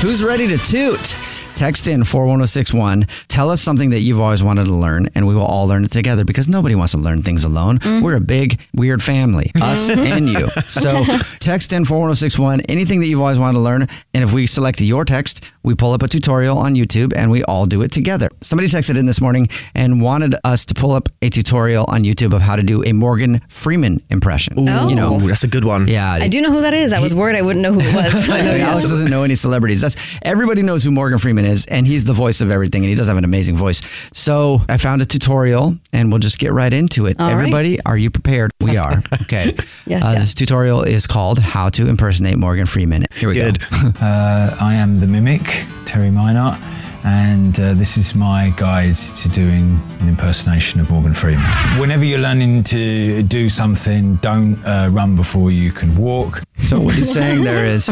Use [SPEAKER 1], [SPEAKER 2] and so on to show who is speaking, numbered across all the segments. [SPEAKER 1] Who's ready to toot? Text in 41061. Tell us something that you've always wanted to learn, and we will all learn it together because nobody wants to learn things alone. We're a big, weird family, us and you. So text in 41061, anything that you've always wanted to learn. And if we select your text, we pull up a tutorial on YouTube and we all do it together. Somebody texted in this morning and wanted us to pull up a tutorial on YouTube of how to do a Morgan Freeman impression.
[SPEAKER 2] Ooh,
[SPEAKER 1] You know,
[SPEAKER 2] that's a good one.
[SPEAKER 1] yeah.
[SPEAKER 2] I do know who that is. I was worried I wouldn't know who it was.
[SPEAKER 1] I know Alex doesn't know any celebrities. That's everybody knows who Morgan Freeman is, and he's the voice of everything, and he does have an amazing voice. So I found a tutorial, and we'll just get right into it.
[SPEAKER 2] All right.
[SPEAKER 1] everybody, are you prepared? We are. Okay.
[SPEAKER 2] Yes,
[SPEAKER 1] uh,
[SPEAKER 2] yes.
[SPEAKER 1] This tutorial is called "How to Impersonate Morgan Freeman." Here we
[SPEAKER 3] Good.
[SPEAKER 1] go.
[SPEAKER 3] uh, I am the mimic, Terry Minart, and uh, this is my guide to doing an impersonation of Morgan Freeman. Whenever you're learning to do something, don't uh, run before you can walk.
[SPEAKER 1] So what he's saying there is,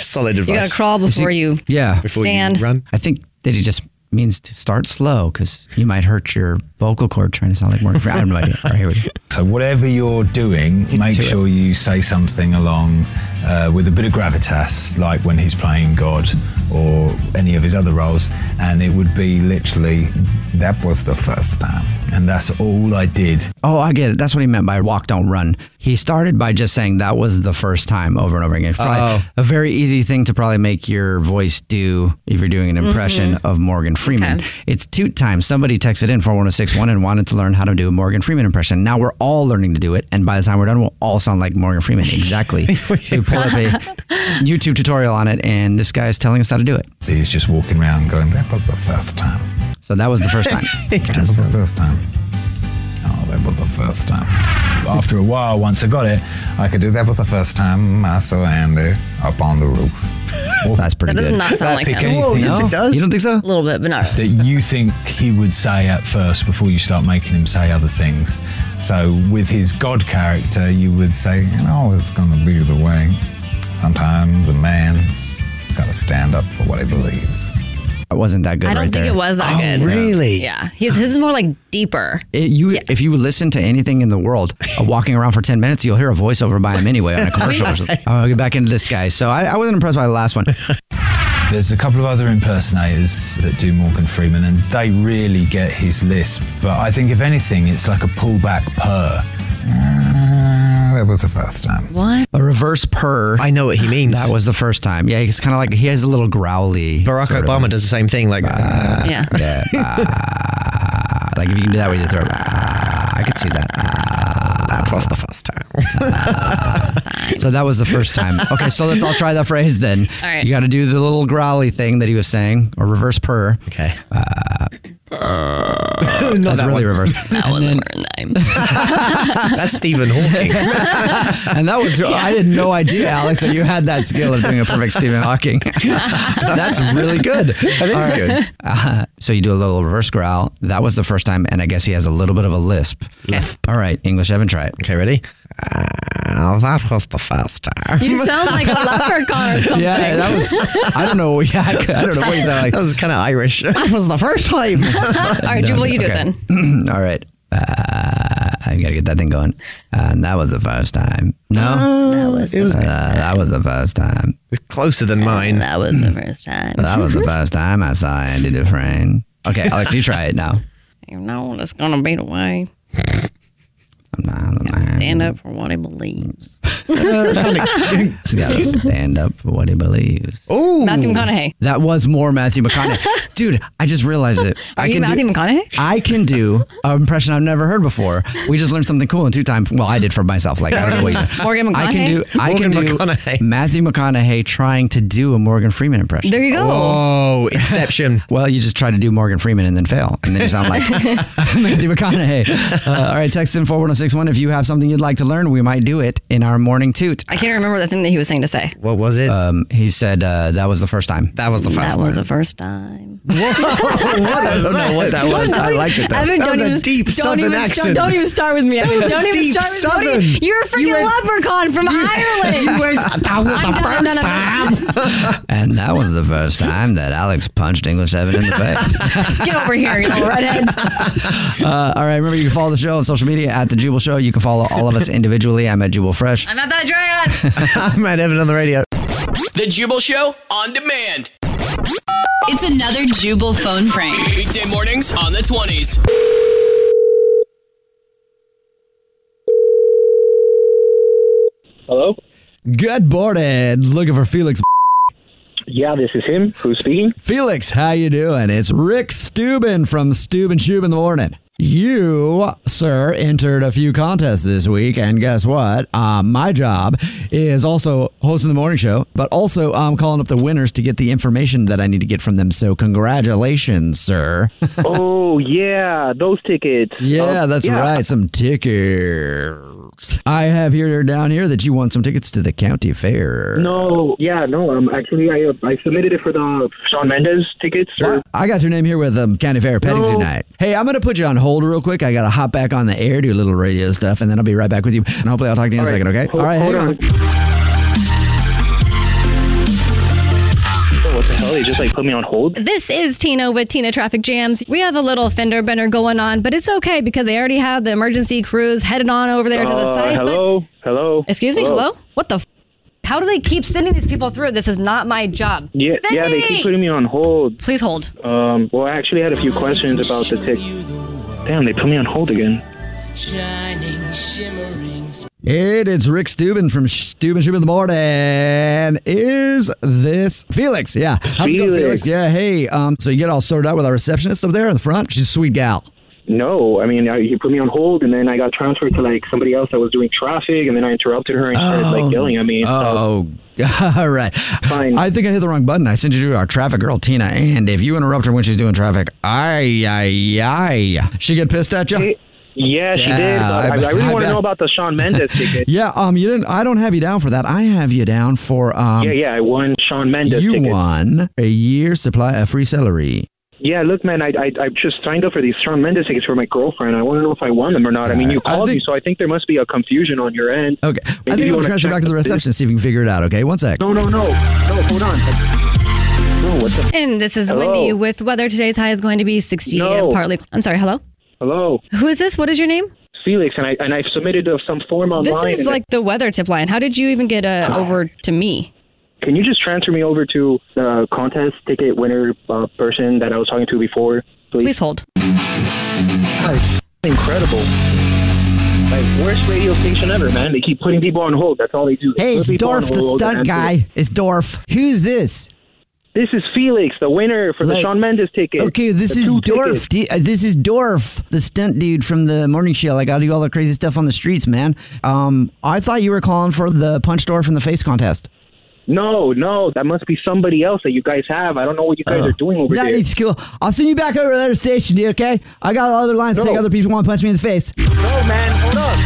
[SPEAKER 2] Solid advice. You gotta crawl
[SPEAKER 1] Is he-
[SPEAKER 2] before you
[SPEAKER 1] yeah,
[SPEAKER 2] stand.
[SPEAKER 1] I think that he just means to start slow because you might hurt your vocal cord trying to sound like Morgan Freeman. I have no idea. All right, here we go.
[SPEAKER 3] So whatever you're doing, make
[SPEAKER 1] to it.
[SPEAKER 3] sure you say something along uh, with a bit of gravitas, like when he's playing God or any of his other roles. And it would be literally, that was the first time, and that's all I did.
[SPEAKER 1] Oh, I get it. That's what he meant by walk, don't run. He started by just saying that was the first time over and over again. Probably a very easy thing to probably make your voice do if you're doing an impression of Morgan Freeman. It's toot time. Somebody texted in 41061 and wanted to learn how to do a Morgan Freeman impression. Now we're all learning to do it. And by the time we're done, we'll all sound like Morgan Freeman. Exactly. we pull up a YouTube tutorial on it, and this guy is telling us how to do it.
[SPEAKER 3] So he's just walking around going, that was the first time.
[SPEAKER 1] So that was the first time.
[SPEAKER 3] That was the first time. Oh, that was the first time. After a while, once I got it, I could do that was the first time I saw Andy up on the roof.
[SPEAKER 1] That's pretty
[SPEAKER 2] That does
[SPEAKER 1] good.
[SPEAKER 2] not sound like
[SPEAKER 3] pick
[SPEAKER 2] him.
[SPEAKER 3] anything
[SPEAKER 1] No? You don't think so?
[SPEAKER 2] A little bit, but not.
[SPEAKER 3] that you think he would say at first before you start making him say other things. So with his God character, you would say, you know, it's going to be the way. Sometimes a man has got to stand up for what he believes.
[SPEAKER 1] That wasn't that good
[SPEAKER 2] I don't
[SPEAKER 1] right
[SPEAKER 2] think
[SPEAKER 1] there.
[SPEAKER 2] it was that
[SPEAKER 1] Oh,
[SPEAKER 2] good.
[SPEAKER 1] really?
[SPEAKER 2] Yeah. His, his is more like deeper.
[SPEAKER 1] It, you, if you listen to anything in the world, uh, walking around for ten minutes, you'll hear a voiceover by him anyway on a commercial. or something. I'll get back into this guy. So I, I wasn't impressed by the last one.
[SPEAKER 3] There's a couple of other impersonators that do Morgan Freeman, and they really get his lisp. But I think, if anything, it's like a pullback purr.
[SPEAKER 1] Mm,
[SPEAKER 3] Uh, that was the first time.
[SPEAKER 2] What?
[SPEAKER 1] A reverse purr.
[SPEAKER 2] I know what he means.
[SPEAKER 1] That was the first time. Yeah, he's kind of like he has a little growly.
[SPEAKER 2] Barack
[SPEAKER 1] sort of-
[SPEAKER 2] Obama does
[SPEAKER 1] the same thing. Like
[SPEAKER 2] Yeah.
[SPEAKER 1] yeah, ah. like if you can do that with your throat. ah, I could see that. Ah.
[SPEAKER 2] That was the first time. time.
[SPEAKER 1] So that was the first time. Okay, so let's all try that phrase then.
[SPEAKER 2] All right.
[SPEAKER 1] You got to do the little growly thing that he was saying, or reverse purr.
[SPEAKER 4] Okay.
[SPEAKER 1] Uh,
[SPEAKER 4] Not
[SPEAKER 1] that's
[SPEAKER 4] that
[SPEAKER 1] really
[SPEAKER 4] one.
[SPEAKER 1] reverse.
[SPEAKER 4] That
[SPEAKER 1] and then,
[SPEAKER 4] That's Stephen Hawking.
[SPEAKER 1] and that was I had no idea, Alex, that you had that skill of doing a perfect Stephen Hawking. that's really good. That
[SPEAKER 4] is good.
[SPEAKER 1] Uh, so you do a little reverse growl. That was the first time, and I guess he has a little bit of a lisp. All right, English Evan, try it.
[SPEAKER 4] Okay, ready? Uh, that was the first time.
[SPEAKER 2] You sound like a leprechaun or something.
[SPEAKER 1] Yeah, that was. I don't know. Yeah, I don't know what you sound like.
[SPEAKER 4] That was kind of Irish. That was the first time.
[SPEAKER 2] All right, Jubal, you do it then.
[SPEAKER 1] then. All right. Uh, I gotta get that thing going. and that was the first time. No, that was. It was. that was the first time.
[SPEAKER 4] It's closer than mine.
[SPEAKER 2] That was the first time.
[SPEAKER 1] That was the first time I saw Andy Dufresne. Okay, Alex, you try it now.
[SPEAKER 2] You know, it's going to be the way. Stand up for what he believes.
[SPEAKER 1] He's gotta stand up for what he believes.
[SPEAKER 4] Oh,
[SPEAKER 2] Matthew McConaughey.
[SPEAKER 1] That was more Matthew McConaughey. Dude, I just realized it.
[SPEAKER 2] Are
[SPEAKER 1] I
[SPEAKER 2] you Matthew
[SPEAKER 1] do,
[SPEAKER 2] McConaughey?
[SPEAKER 1] I can do an impression I've never heard before. We just learned something cool in two times. Well, I did for myself. Like I don't know what you did.
[SPEAKER 2] Morgan
[SPEAKER 1] I can
[SPEAKER 2] McConaughey?
[SPEAKER 1] do. I can
[SPEAKER 4] Morgan
[SPEAKER 1] do Matthew McConaughey trying to do a Morgan Freeman impression.
[SPEAKER 2] There you go.
[SPEAKER 4] Oh, Inception.
[SPEAKER 1] well, you just try to do Morgan Freeman and then fail, and then you sound like Matthew McConaughey. Uh, all right, text in four one zero six one if you have something you'd like to learn. We might do it in our morning toot.
[SPEAKER 2] I can't remember the thing that he was saying to say.
[SPEAKER 4] What was it?
[SPEAKER 1] Um, he said uh, that was the first time.
[SPEAKER 4] That was the first
[SPEAKER 2] that
[SPEAKER 4] one.
[SPEAKER 2] was the first time.
[SPEAKER 1] I don't know what that was. I liked it though.
[SPEAKER 2] Evan,
[SPEAKER 4] That
[SPEAKER 2] don't
[SPEAKER 4] was a
[SPEAKER 2] even,
[SPEAKER 4] deep
[SPEAKER 2] don't
[SPEAKER 4] Southern
[SPEAKER 2] even
[SPEAKER 4] accent.
[SPEAKER 2] Start, don't even start with me, Evan.
[SPEAKER 4] was a
[SPEAKER 2] Don't even
[SPEAKER 4] deep
[SPEAKER 2] start with me. Don't
[SPEAKER 4] Southern.
[SPEAKER 2] even- You're a freaking
[SPEAKER 4] You were-
[SPEAKER 2] leprechaun from Ireland.
[SPEAKER 4] You were, that was the
[SPEAKER 2] I'm
[SPEAKER 4] first
[SPEAKER 2] done. I'm
[SPEAKER 4] time.
[SPEAKER 1] And that was the first time that Alex punched English Evan in the face.
[SPEAKER 2] Get over here, you little redhead.
[SPEAKER 1] Uh, all right, remember you can follow the show on social media at the Jubal Show. You can follow all of us individually. I'm at Jubal Fresh.
[SPEAKER 2] I'm at that dryad.
[SPEAKER 4] I'm at Evan on the radio.
[SPEAKER 5] The Jubal Show on demand.
[SPEAKER 6] It's another Jubal phone prank.
[SPEAKER 5] Weekday mornings on the 20s.
[SPEAKER 7] Hello?
[SPEAKER 1] Good morning. Looking for Felix.
[SPEAKER 7] Yeah, this is him. Who's speaking?
[SPEAKER 1] Felix, how you doing? It's Rick Steuben from Steuben Shube in the morning. You, sir, entered a few contests this week, and guess what? Um, my job is also hosting the morning show, but also um, calling up the winners to get the information that I need to get from them. So, congratulations, sir.
[SPEAKER 7] oh, yeah, those tickets.
[SPEAKER 1] Yeah,
[SPEAKER 7] Um,
[SPEAKER 1] that's
[SPEAKER 7] yeah.
[SPEAKER 1] right. Some tickets. I have here down here that you want some tickets to the county fair.
[SPEAKER 7] No, yeah, no. Um, actually, I uh, I submitted it for the Sean Mendes tickets. Or,
[SPEAKER 1] I got your name here with um, County Fair Petting
[SPEAKER 7] No.
[SPEAKER 1] tonight. Hey, I'm going to put you on hold real quick. I got to hop back on the air, do a little radio stuff, and then I'll be right back with you. And hopefully I'll talk to you in a second, okay?
[SPEAKER 7] Hold-
[SPEAKER 1] All right,
[SPEAKER 7] hold
[SPEAKER 1] hang on.
[SPEAKER 7] Oh, what the hell? They just like put me on hold.
[SPEAKER 2] This is Tina with Tina Traffic Jams. We have a little fender bender going on, but it's okay because they already have the emergency crews headed on over there to the
[SPEAKER 7] Uh,
[SPEAKER 2] site. but-
[SPEAKER 7] hello, hello.
[SPEAKER 2] Excuse me, hello? What the? F- How do they keep sending these people through? This is not my job.
[SPEAKER 7] Yeah,
[SPEAKER 2] Send
[SPEAKER 7] yeah. They
[SPEAKER 2] me!
[SPEAKER 7] keep putting me on hold.
[SPEAKER 2] Please hold.
[SPEAKER 7] Um, well, I actually had a few questions about the tick. Damn, they put me on hold again.
[SPEAKER 5] Shining, shimmering.
[SPEAKER 1] It is Rick Steuben from Steuben Shoe in the Morning. Is this Felix? Yeah. How's it going,
[SPEAKER 7] Felix.
[SPEAKER 1] Felix? Yeah, hey. Um, so you get all sorted out with our receptionist up there in the front? She's a sweet gal.
[SPEAKER 7] No, I mean, I, he put me on hold, and then I got transferred to like somebody else that was doing traffic, and then I interrupted her and started like yelling at me.
[SPEAKER 1] Oh, all right.
[SPEAKER 7] Fine.
[SPEAKER 1] I think I hit the wrong button. I sent you to our traffic girl, Tina. And if you interrupt her when she's doing traffic, ay, ay, ay. She get pissed at you?
[SPEAKER 7] Yeah, she
[SPEAKER 1] Yeah,
[SPEAKER 7] did.
[SPEAKER 1] I
[SPEAKER 7] But
[SPEAKER 1] bet-
[SPEAKER 7] I, I really
[SPEAKER 1] I
[SPEAKER 7] want to
[SPEAKER 1] bet.
[SPEAKER 7] know about the Sean Mendes ticket.
[SPEAKER 1] Yeah, um, you didn't. I don't have you down for that. I have you down for um.
[SPEAKER 7] yeah, yeah, I won Sean Mendes
[SPEAKER 1] You
[SPEAKER 7] ticket.
[SPEAKER 1] won a year supply of free celery.
[SPEAKER 7] Yeah, look, man, I, I I just signed up for these Sean Mendes tickets for my girlfriend. I want to know if I won them or not. I mean, you
[SPEAKER 1] I
[SPEAKER 7] called me,
[SPEAKER 1] think-
[SPEAKER 7] so I think there must be a confusion on your end.
[SPEAKER 1] Okay, I
[SPEAKER 7] Maybe
[SPEAKER 1] think
[SPEAKER 7] you
[SPEAKER 1] I'm gonna
[SPEAKER 7] wanna
[SPEAKER 1] transfer
[SPEAKER 7] check
[SPEAKER 1] back to the
[SPEAKER 7] the
[SPEAKER 1] reception see if we can figure it out. Okay, one sec.
[SPEAKER 7] No, no, no, no. Hold on. No, what the?
[SPEAKER 2] And this is
[SPEAKER 7] Hello?
[SPEAKER 2] Wendy with weather. Today's high is going to be 60
[SPEAKER 7] No.
[SPEAKER 2] and partly. I'm sorry. Hello.
[SPEAKER 7] Hello,
[SPEAKER 2] Who is this? What is your name?
[SPEAKER 7] Felix, and I and I submitted uh, some form online.
[SPEAKER 2] this is
[SPEAKER 7] and-
[SPEAKER 2] like the weather tip line. How did you even get uh, over to me?
[SPEAKER 7] can you just transfer me over to the contest ticket winner uh, person that I was talking to before, please?
[SPEAKER 2] Please hold.
[SPEAKER 7] God, it's incredible. Like worst radio station ever, man. They keep putting people on hold. That's all they do. They
[SPEAKER 1] Hey,
[SPEAKER 7] put
[SPEAKER 1] it's
[SPEAKER 7] people on
[SPEAKER 1] Dorf, the
[SPEAKER 7] hold and
[SPEAKER 1] stunt
[SPEAKER 7] that's it.
[SPEAKER 1] guy. It's Dorf. Who's this?
[SPEAKER 7] This is Felix, the winner for the
[SPEAKER 1] Like-
[SPEAKER 7] Shawn Mendes ticket.
[SPEAKER 1] Okay, this
[SPEAKER 7] The
[SPEAKER 1] is
[SPEAKER 7] two
[SPEAKER 1] Dorf.
[SPEAKER 7] tickets.
[SPEAKER 1] D- uh, this is Dorf, the stunt dude from the morning show. Like I do all the crazy stuff on the streets, man. Um, I thought you were calling for the punch door from the face contest.
[SPEAKER 7] No, no, that must be somebody else that you guys have. I don't know what you guys are doing over
[SPEAKER 1] Oh. that
[SPEAKER 7] there.
[SPEAKER 1] needs cool. I'll send you back over to the other station, dude. Okay, I got other lines to take. Other people want to punch me in the face.
[SPEAKER 7] Bro, man, hold up.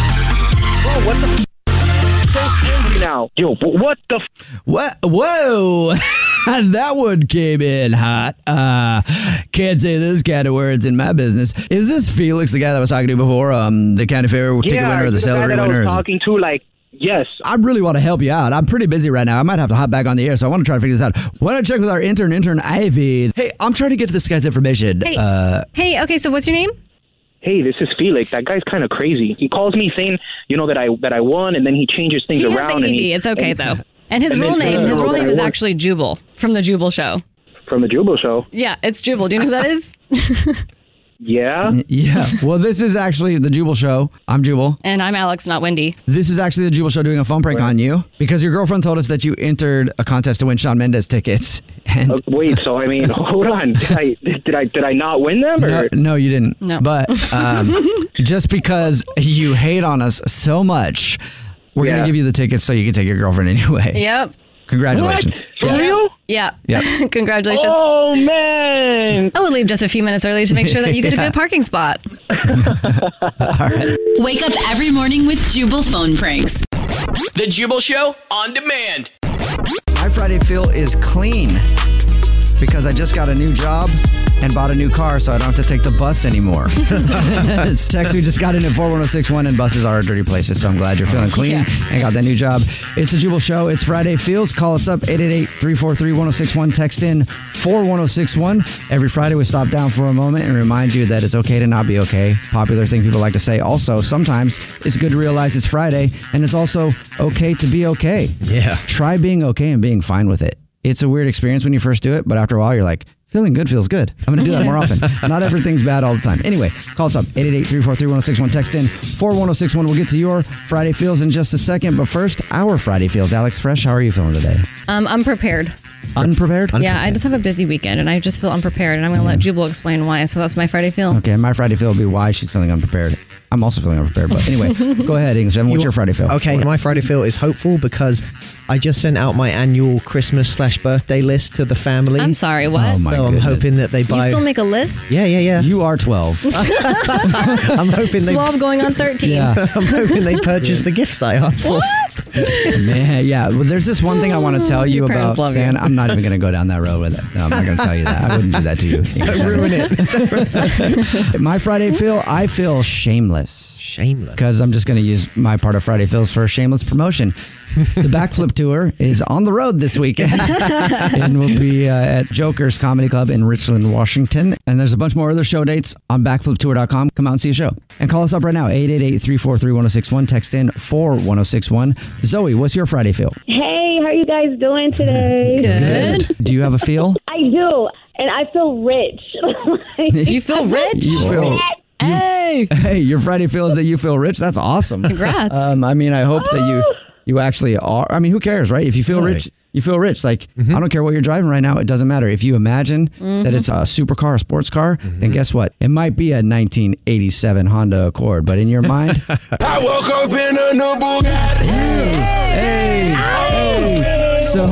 [SPEAKER 7] Bro, what the? F- so angry now. Yo, but what the? F-
[SPEAKER 1] What? Whoa! that one came in hot. Uh, can't say those kind of words in my business. Is this Felix, the guy that I was talking to before? Um, the county fair ticket
[SPEAKER 7] yeah,
[SPEAKER 1] winner,
[SPEAKER 7] you
[SPEAKER 1] or the
[SPEAKER 7] know
[SPEAKER 1] celery
[SPEAKER 7] that I was
[SPEAKER 1] winner? Is-
[SPEAKER 7] talking to like yes.
[SPEAKER 1] I really want to help you out. I'm pretty busy right now. I might have to hop back on the air, so I want to try to figure this out. Why don't I check with our intern, intern Ivy? Hey, I'm trying to get this guy's information.
[SPEAKER 2] Hey.
[SPEAKER 1] Uh,
[SPEAKER 2] Hey, okay, so what's your name?
[SPEAKER 7] Hey, this is Felix. That guy's kind of crazy. He calls me saying, you know, that I that I won, and then he changes things
[SPEAKER 2] he has
[SPEAKER 7] around.
[SPEAKER 2] ADD.
[SPEAKER 7] and he,
[SPEAKER 2] it's okay
[SPEAKER 7] and-
[SPEAKER 2] though. And his
[SPEAKER 7] and
[SPEAKER 2] real
[SPEAKER 7] then-
[SPEAKER 2] name, his real name is actually Jubal from the Jubal Show.
[SPEAKER 7] from the Jubal Show.
[SPEAKER 2] Yeah, it's Jubal. Do you know who that is?
[SPEAKER 7] Yeah.
[SPEAKER 1] yeah. Well, this is actually the Jubal Show. I'm Jubal.
[SPEAKER 2] And I'm Alex, not Wendy.
[SPEAKER 1] This is actually the Jubal Show doing a phone prank on you because your girlfriend told us that you entered a contest to win Sean Mendes tickets. And
[SPEAKER 7] Uh, wait, so I mean, hold on. Did I did I did I not win them? Or?
[SPEAKER 1] No, no, you didn't.
[SPEAKER 7] No.
[SPEAKER 1] But um, just because you hate on us so much, we're going
[SPEAKER 7] Yeah.
[SPEAKER 1] to give you the tickets so you can take your girlfriend anyway.
[SPEAKER 2] Yep.
[SPEAKER 1] Congratulations. Yeah.
[SPEAKER 2] Yeah.
[SPEAKER 1] Yeah.
[SPEAKER 2] Congratulations.
[SPEAKER 7] Oh man.
[SPEAKER 2] I would leave just a few minutes early to make sure that you get a
[SPEAKER 6] Yeah.
[SPEAKER 2] good parking spot.
[SPEAKER 6] Wake up every morning with Jubal phone pranks.
[SPEAKER 5] The Jubal Show on demand.
[SPEAKER 1] My Friday feel is clean because I just got a new job and bought a new car, so I don't have to take the bus anymore. it's text we just got in at 41061, and buses are dirty places, so I'm glad you're feeling clean and got that new job. It's the Jubal Show. It's Friday Feels. Call us up 888 343 1061. Text in 41061. Every Friday, we stop down for a moment and remind you that it's okay to not be okay. Popular thing people like to say. Also, sometimes it's good to realize it's Friday, and it's also okay to be okay.
[SPEAKER 8] Yeah.
[SPEAKER 1] Try being okay and being fine with it. It's a weird experience when you first do it, but after a while, you're like, feeling good feels good. I'm going to do that more often. Not everything's bad all the time. Anyway, call us up 888 343 1061. Text in 41061. We'll get to your Friday feels in just a second. But first, our Friday feels. Alex Fresh, how are you feeling today?
[SPEAKER 2] Um, I'm prepared.
[SPEAKER 1] Unprepared?
[SPEAKER 2] Yeah, I just have a busy weekend and I just feel unprepared, and I'm going to let Jubal explain why. So that's my Friday feel.
[SPEAKER 1] Okay, my Friday feel will be why she's feeling unprepared. I'm also feeling unprepared. But anyway, go ahead, Ings. What's your Friday feel?
[SPEAKER 8] Okay, my Friday feel is hopeful because I just sent out my annual Christmas slash birthday list to the family.
[SPEAKER 2] I'm sorry, what? Oh, my
[SPEAKER 8] so I'm
[SPEAKER 2] goodness.
[SPEAKER 8] hoping that they
[SPEAKER 2] You
[SPEAKER 8] buy.
[SPEAKER 2] still make a list?
[SPEAKER 8] yeah, yeah, yeah.
[SPEAKER 1] You are 12.
[SPEAKER 8] I'm hoping they.
[SPEAKER 2] 12 going on 13.
[SPEAKER 8] I'm hoping they purchase the gifts I asked for.
[SPEAKER 1] Man, yeah. Well, there's this one thing I want to tell you
[SPEAKER 8] Your parents
[SPEAKER 1] about
[SPEAKER 8] love you.
[SPEAKER 1] Santa. I'm not even going to go down that road with it. No, I'm not going to tell you that. I wouldn't do that to you.
[SPEAKER 8] ruin
[SPEAKER 1] it. my Friday feel, I feel shameless.
[SPEAKER 8] Shameless.
[SPEAKER 1] Because I'm just going to use my part of Friday feels for a shameless promotion. The Backflip Tour is on the road this weekend and will be uh, at Joker's Comedy Club in Richland, Washington. And there's a bunch more other show dates on backfliptour.com. Come out and see a show. And call us up right now, 888 343 1061. Text in 41061. Zoe, what's your Friday feel?
[SPEAKER 9] Hey, how are you guys doing today?
[SPEAKER 1] Do you have a feel?
[SPEAKER 9] I do, and I feel rich.
[SPEAKER 2] You feel rich?
[SPEAKER 1] You feel-
[SPEAKER 2] Hey.
[SPEAKER 1] Hey, your Friday feel is that you feel rich. That's awesome.
[SPEAKER 2] Congrats.
[SPEAKER 1] Um, I mean, I hope that you you actually are. I mean, who cares, right? If you feel
[SPEAKER 8] Right. Mm-hmm.
[SPEAKER 1] rich, you feel rich. Like I don't care what you're driving right now. It doesn't matter. If you imagine that it's a
[SPEAKER 2] Mm-hmm.
[SPEAKER 1] supercar, a sports car,
[SPEAKER 8] Mm-hmm.
[SPEAKER 1] then guess what? It might be a 1987 Honda Accord, but in your mind,
[SPEAKER 10] I woke up in a new
[SPEAKER 1] hey, so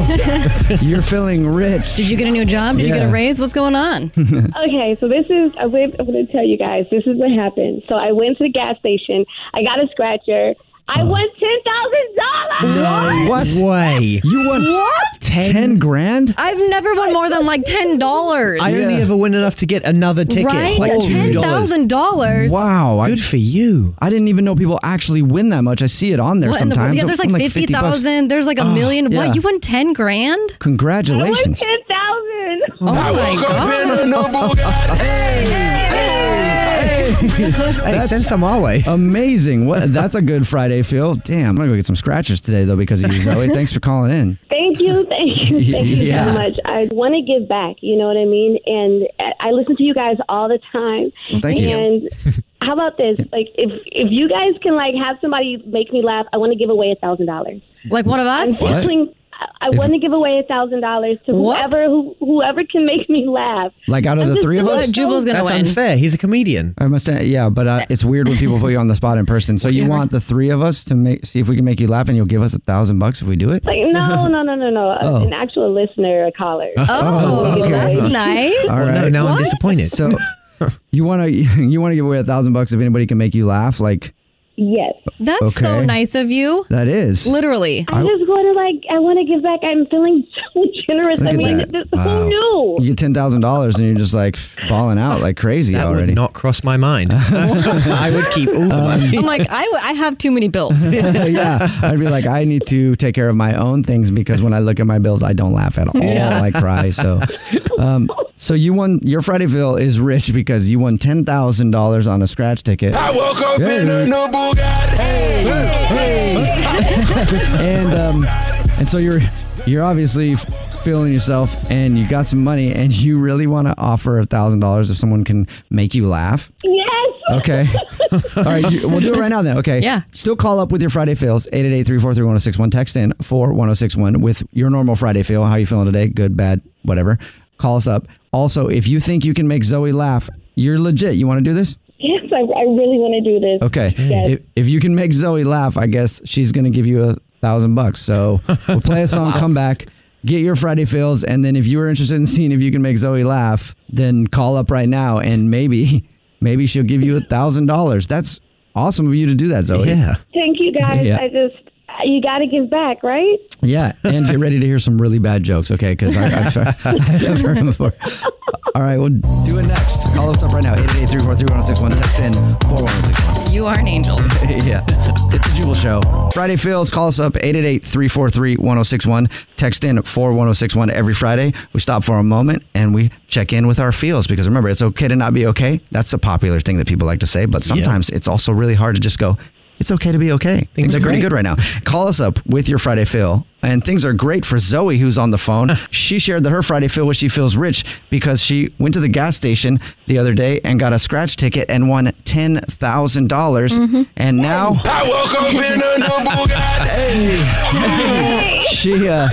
[SPEAKER 1] you're feeling rich.
[SPEAKER 2] Did you get a new job? Did you get
[SPEAKER 1] Yeah.
[SPEAKER 2] a raise? What's going on?
[SPEAKER 9] okay, so this is I went, I'm going to tell you guys. This is what happened. So I went to the gas station. I got a scratcher. I won ten thousand dollars.
[SPEAKER 1] Oh. what
[SPEAKER 8] way?
[SPEAKER 1] You won
[SPEAKER 2] what?
[SPEAKER 1] Ten, grand?
[SPEAKER 2] I've never won more than like ten dollars.
[SPEAKER 8] I only ever win enough to get another ticket,
[SPEAKER 2] Right?
[SPEAKER 8] like two
[SPEAKER 2] ten
[SPEAKER 8] dollars.
[SPEAKER 2] thousand dollars.
[SPEAKER 1] Wow,
[SPEAKER 8] good for you.
[SPEAKER 1] I didn't even know people actually win that much. I see it on there
[SPEAKER 2] What in the
[SPEAKER 1] sometimes.
[SPEAKER 2] world? yeah, there's
[SPEAKER 1] I'm
[SPEAKER 2] like, fifty
[SPEAKER 1] 50 bucks.
[SPEAKER 2] thousand. There's like a
[SPEAKER 1] Oh,
[SPEAKER 8] Ah,
[SPEAKER 2] million.
[SPEAKER 1] yeah.
[SPEAKER 2] What? You won ten grand?
[SPEAKER 1] Congratulations.
[SPEAKER 9] Ten thousand.
[SPEAKER 2] Oh my god.
[SPEAKER 1] That's
[SPEAKER 8] send some our way.
[SPEAKER 1] Amazing. What that's a good Friday feel. Damn, I'm gonna go get some scratches today though because of you, Zoe. Thanks for calling in.
[SPEAKER 9] Thank you, thank you, thank you
[SPEAKER 1] Yeah.
[SPEAKER 9] so much. I want to give back. You know what I mean? And I I listen to you guys all the time.
[SPEAKER 1] Well, thank you.
[SPEAKER 9] and how about this? Like, if if you guys can like have somebody make me laugh, I want to give away a thousand dollars.
[SPEAKER 2] Like one of us?
[SPEAKER 9] I'm
[SPEAKER 2] What?
[SPEAKER 9] picturing, I want to give away a thousand dollars to
[SPEAKER 11] What?
[SPEAKER 9] whoever who, whoever can make me laugh.
[SPEAKER 1] Like out of
[SPEAKER 9] I'm
[SPEAKER 1] the
[SPEAKER 9] just
[SPEAKER 1] three of
[SPEAKER 9] so-
[SPEAKER 1] us,
[SPEAKER 9] That's unfair.
[SPEAKER 1] He's a comedian. I must say, yeah, but uh, it's weird when people put you on the spot in person. So you want the three of us to make see if we can make you laugh, and you'll give us a thousand bucks if we do it.
[SPEAKER 9] Like no, no, no, no, no.
[SPEAKER 1] Oh.
[SPEAKER 9] An actual listener, a caller.
[SPEAKER 1] Oh, okay. that's
[SPEAKER 2] nice.
[SPEAKER 1] All right.
[SPEAKER 8] No, now I'm
[SPEAKER 1] disappointed. So you want to you want to give away a thousand bucks if anybody can make you laugh? Like
[SPEAKER 9] Yes.
[SPEAKER 2] That's so
[SPEAKER 1] Okay.
[SPEAKER 2] nice of you.
[SPEAKER 1] that is
[SPEAKER 2] Literally.
[SPEAKER 9] I just want to like. I want to give back. I'm feeling so generous.
[SPEAKER 1] Look
[SPEAKER 9] I
[SPEAKER 1] at
[SPEAKER 9] mean,
[SPEAKER 1] that.
[SPEAKER 9] this,
[SPEAKER 1] Wow.
[SPEAKER 9] who knew?
[SPEAKER 1] You get ten thousand dollars and you're just like balling out like crazy
[SPEAKER 8] That would
[SPEAKER 1] already. Um,
[SPEAKER 8] not
[SPEAKER 1] cross my mind. I would keep all the
[SPEAKER 2] I'm like, I, I have too many bills.
[SPEAKER 1] yeah, I'd be like, I need to take care of my own things because when I look at my bills, I don't laugh at all.
[SPEAKER 2] Yeah.
[SPEAKER 1] I cry. So, um, so you won your Fridayville is rich because you won ten thousand dollars on a scratch ticket.
[SPEAKER 10] I woke up
[SPEAKER 1] Yeah.
[SPEAKER 10] in a new Bugatti.
[SPEAKER 1] and um, and so you're you're obviously feeling yourself, and you got some money, and you really want to offer a thousand dollars if someone can make you laugh.
[SPEAKER 9] Yes.
[SPEAKER 1] Okay. All right. You, we'll do it right now then. Okay.
[SPEAKER 9] Yeah.
[SPEAKER 1] Still call up with your Friday fails, 888-343-1061. Text in 41061 with your normal Friday fail. How you feeling today? Good, bad, whatever. Call us up. Also, if you think you can make Zoe laugh, you're legit. You want to do this?
[SPEAKER 9] Yes, I, I really want to do this.
[SPEAKER 1] Okay.
[SPEAKER 9] Yes.
[SPEAKER 1] If, if you can make Zoe laugh, I guess she's going to give you a thousand bucks. So we'll play a song, come back, get your Friday fails. And then if you are interested in seeing if you can make Zoe laugh, then call up right now and maybe, maybe she'll give you a thousand dollars. That's awesome of you to do that, Zoe. Yeah.
[SPEAKER 9] Thank you guys.
[SPEAKER 1] Yeah.
[SPEAKER 9] I just you got to give back, right?
[SPEAKER 1] Yeah. And get ready to hear some really bad jokes. Okay. Cause I, I've, I've heard them before. All right. We'll do it next. Call us up right now. 888-343-1061. Text in 41061.
[SPEAKER 6] You are an angel.
[SPEAKER 1] yeah. It's a Jubal Show. Friday Feels, call us up 888 343 1061. Text in 41061 every Friday. We stop for a moment and we check in with our feels because remember, it's okay to not be okay. That's a popular thing that people like to say, but sometimes it's also really hard to just go, it's okay to be okay. Things,
[SPEAKER 8] are
[SPEAKER 1] are pretty
[SPEAKER 8] great.
[SPEAKER 1] good right now. Call us up with your Friday feel. And things are great for Zoe, who's on the phone. she shared that her Friday feel was she feels rich because she went to the gas station the other day and got a scratch ticket and won ten dollars. And now
[SPEAKER 10] I woke up in a new Bugatti.
[SPEAKER 1] she uh,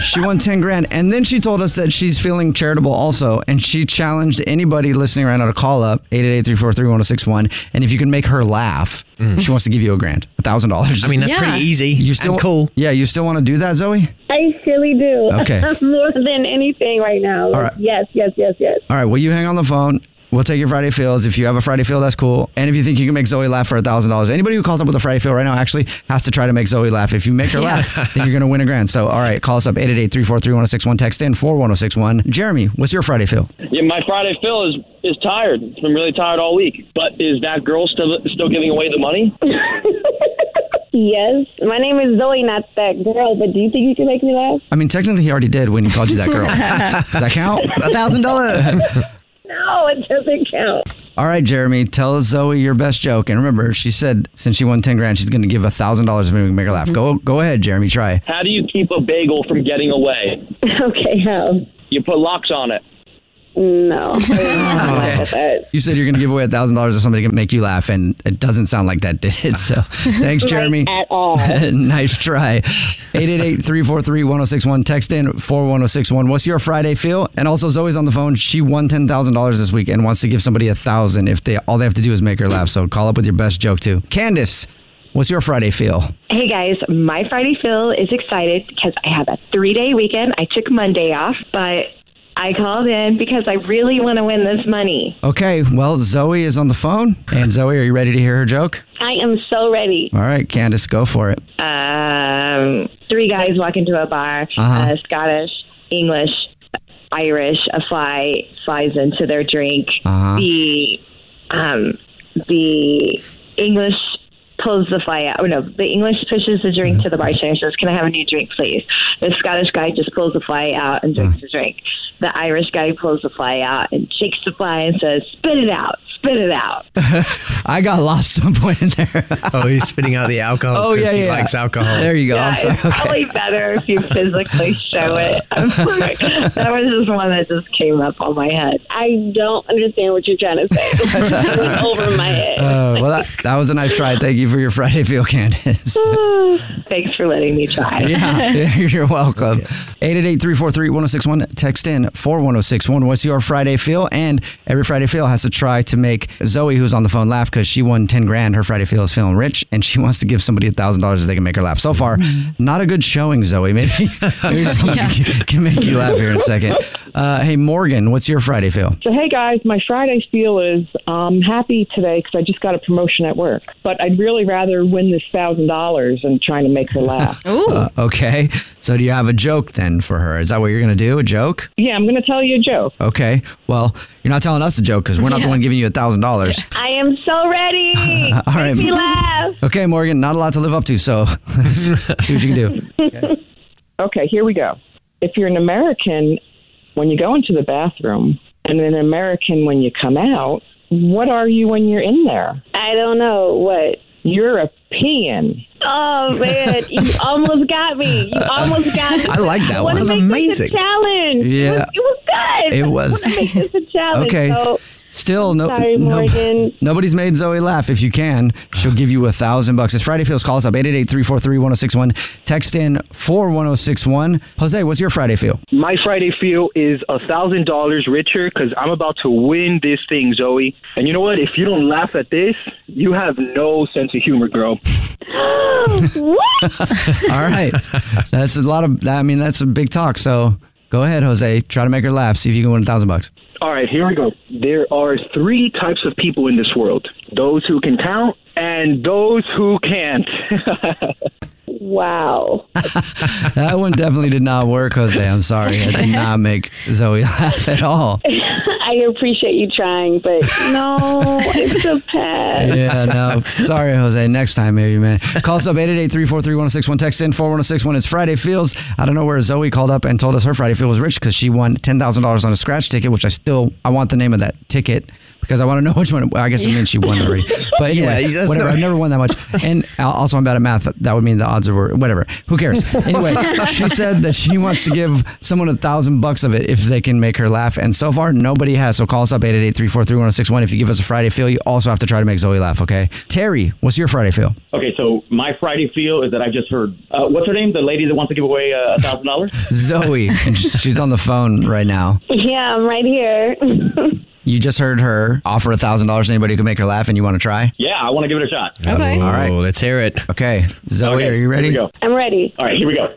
[SPEAKER 1] she won 10 grand and then she told us that she's feeling charitable also and she challenged anybody listening right now to call up 888-343-1061 and if you can make her laugh she wants to give you a grand a thousand dollars
[SPEAKER 8] Mm. I mean, that's Yeah. pretty easy
[SPEAKER 1] you
[SPEAKER 8] and
[SPEAKER 1] still
[SPEAKER 8] cool.
[SPEAKER 1] yeah you still want to do that zoe
[SPEAKER 9] I surely do.
[SPEAKER 1] Okay.
[SPEAKER 9] More than anything right now. Like,
[SPEAKER 1] All right.
[SPEAKER 9] Yes, yes, yes, yes.
[SPEAKER 1] all right will you hang on the phone We'll take your Friday feels. If you have a Friday feel, that's cool. And if you think you can make Zoe laugh for a thousand dollars, anybody who calls up with a Friday feel right now actually has to try to make Zoe laugh. If you make her
[SPEAKER 8] Yeah.
[SPEAKER 1] laugh, then you're gonna win a grand. So all right, call us up 888-343-1061, text in 41061. Jeremy, what's your Friday feel?
[SPEAKER 12] Yeah, my Friday Phil is is tired. It's been really tired all week. But is that girl still still giving away the money?
[SPEAKER 9] Yes. My name is Zoe, not that girl. But do you think you can make me laugh?
[SPEAKER 1] I mean, technically, he already did when he called you that girl. Does that count?
[SPEAKER 9] $1,000. No, it doesn't count.
[SPEAKER 1] All right, Jeremy, tell Zoe your best joke. And remember, she said since she won ten grand, she's going to give a thousand dollars if we can make her laugh. Go, go ahead, Jeremy. Try.
[SPEAKER 12] How do you keep a bagel from getting away?
[SPEAKER 9] Okay, how?
[SPEAKER 12] You put locks on it.
[SPEAKER 9] No.
[SPEAKER 1] You said you're going to give away a thousand dollars if somebody can make you laugh, and it doesn't sound like that did. So thanks,
[SPEAKER 9] Like,
[SPEAKER 1] Jeremy.
[SPEAKER 9] at all.
[SPEAKER 1] nice try. 888-343-1061. Text in 41061. What's your Friday feel? And also Zoe's on the phone. She won ten thousand dollars this week and wants to give somebody a thousand if they all they have to do is make her laugh. So call up with your best joke too. Candace, what's your Friday feel?
[SPEAKER 13] Hey guys, my Friday Phil is excited because I have a three day weekend. I took Monday off, but I called in because I really want to win this money.
[SPEAKER 1] Okay, well, Zoe is on the phone. And Zoe, are you ready to hear her joke?
[SPEAKER 9] I am so ready.
[SPEAKER 1] All right, Candace, go for it.
[SPEAKER 13] Um, three guys walk into a bar
[SPEAKER 1] Uh-huh.
[SPEAKER 13] uh, Scottish, English, Irish. A fly flies into their drink.
[SPEAKER 1] Uh-huh.
[SPEAKER 13] The, um, the English pulls the fly out. Oh, no, the English pushes the drink to the bartender and says, Can I have a new drink, please? The Scottish guy just pulls the fly out
[SPEAKER 1] Uh-huh.
[SPEAKER 13] and drinks the drink. The Irish guy pulls the fly out and shakes the fly and says, Spit it out, spit it out.
[SPEAKER 1] I got lost some point in there.
[SPEAKER 8] oh, he's spitting out the alcohol.
[SPEAKER 1] Oh,
[SPEAKER 8] 'cause
[SPEAKER 1] yeah,
[SPEAKER 8] he
[SPEAKER 1] yeah.
[SPEAKER 8] likes alcohol.
[SPEAKER 1] There you go.
[SPEAKER 13] Yeah,
[SPEAKER 1] I'm sorry.
[SPEAKER 13] it's probably better if you physically show it. I'm sorry. that was just one that just came up on my head.
[SPEAKER 9] I don't understand what you're trying to say. it went over my head.
[SPEAKER 1] Uh, well, that, that was a nice try. Thank you for your Friday feel, Candace.
[SPEAKER 13] Thanks for letting me try.
[SPEAKER 1] yeah, you're welcome. 888 343 1061. Text in 41061. What's your Friday feel? And every Friday feel has to try to make Zoe, who's on the phone, laugh because she won 10 grand. Her Friday feel is feeling rich and she wants to give somebody $1,000 if they can make her laugh. So far, not a good showing, Zoe. Maybe, maybe someone can, can make you laugh here in a second. Uh, hey, Morgan, what's your Friday feel?
[SPEAKER 14] So, hey guys, my Friday feel is um, happy today because I just got a promotion at work. But I'd really rather win this thousand dollars and trying to make her laugh.
[SPEAKER 1] Uh, okay. So, do you have a joke then for her? Is that what you're going to do? A joke?
[SPEAKER 14] Yeah, I'm going to tell you a joke.
[SPEAKER 1] Okay. Well, you're not telling us a joke because we're not the
[SPEAKER 9] Yeah.
[SPEAKER 1] one giving you a thousand dollars.
[SPEAKER 9] I am so ready.
[SPEAKER 1] All right.
[SPEAKER 9] Make me laugh.
[SPEAKER 1] Okay, Morgan. Not a lot to live up to, so let's see what you can do.
[SPEAKER 14] Okay. here we go. If you're an American, when you go into the bathroom, and an American when you come out, what are you when you're in there?
[SPEAKER 9] I don't know what.
[SPEAKER 14] European.
[SPEAKER 9] Oh man, you almost got me. You almost got me.
[SPEAKER 14] I like that
[SPEAKER 9] I
[SPEAKER 14] one.
[SPEAKER 9] wanna
[SPEAKER 14] That was
[SPEAKER 9] make this
[SPEAKER 14] amazing.
[SPEAKER 9] a challenge.
[SPEAKER 1] Yeah.
[SPEAKER 9] It was, it was good.
[SPEAKER 1] It was.
[SPEAKER 9] I wanna make this a challenge.
[SPEAKER 1] Okay.
[SPEAKER 9] So,
[SPEAKER 1] Still,
[SPEAKER 9] I'm
[SPEAKER 1] no,
[SPEAKER 9] sorry,
[SPEAKER 1] no-
[SPEAKER 9] Morgan.
[SPEAKER 1] nobody's made Zoe laugh. If you can, she'll give you a thousand bucks. It's Friday Feels. Call us up 888-343-1061. Text in 41061. Jose, what's your Friday feel?
[SPEAKER 15] My Friday feel is a thousand dollars richer because I'm about to win this thing, Zoe. And you know what? If you don't laugh at this, you have no sense of humor, girl.
[SPEAKER 9] what?
[SPEAKER 1] All right. That's a lot of, I mean, that's a big talk. So go ahead, Jose. Try to make her laugh. See if you can win a thousand bucks.
[SPEAKER 15] All right, here we go. There are three types of people in this world: those who can count and those who can't.
[SPEAKER 9] Wow.
[SPEAKER 1] That one definitely did not work, Jose. I'm sorry. It did not make Zoe laugh at all.
[SPEAKER 9] I appreciate you trying, but no, it's a pass.
[SPEAKER 1] Yeah, no. Sorry, Jose. Next time, maybe, man. Call us up 888-343-1061. Text in 41061. It's Friday Feels. I don't know where Zoe called up and told us her Friday Feel was rich because she won $10,000 on a scratch ticket, which I still, I want the name of that ticket because I want to know which one. Well, I guess it means she won already. But anyway,
[SPEAKER 8] Yeah, that's
[SPEAKER 1] whatever.
[SPEAKER 8] not-
[SPEAKER 1] I've never won that much. And al- also, I'm bad at math. That would mean the odds were whatever. Who cares? Anyway, she said that she wants to give someone a thousand bucks of it if they can make her laugh. And so far, nobody has. So call us up 888-343-1061. If you give us a Friday feel, you also have to try to make Zoe laugh. Okay, Terry, what's your Friday feel?
[SPEAKER 16] Okay, so my Friday feel is that I've just heard. Uh, what's her name? The lady that wants to give away uh, a thousand dollars.
[SPEAKER 1] Zoe, and sh- she's on the phone right now.
[SPEAKER 9] Yeah, I'm right here.
[SPEAKER 1] You just heard her offer a thousand dollars to anybody who can make her laugh, and you want to try?
[SPEAKER 16] Yeah, I want to give it a shot.
[SPEAKER 1] All right. Let's hear it. Okay, Zoe, are you ready?
[SPEAKER 9] I'm ready.
[SPEAKER 16] All right, here we go.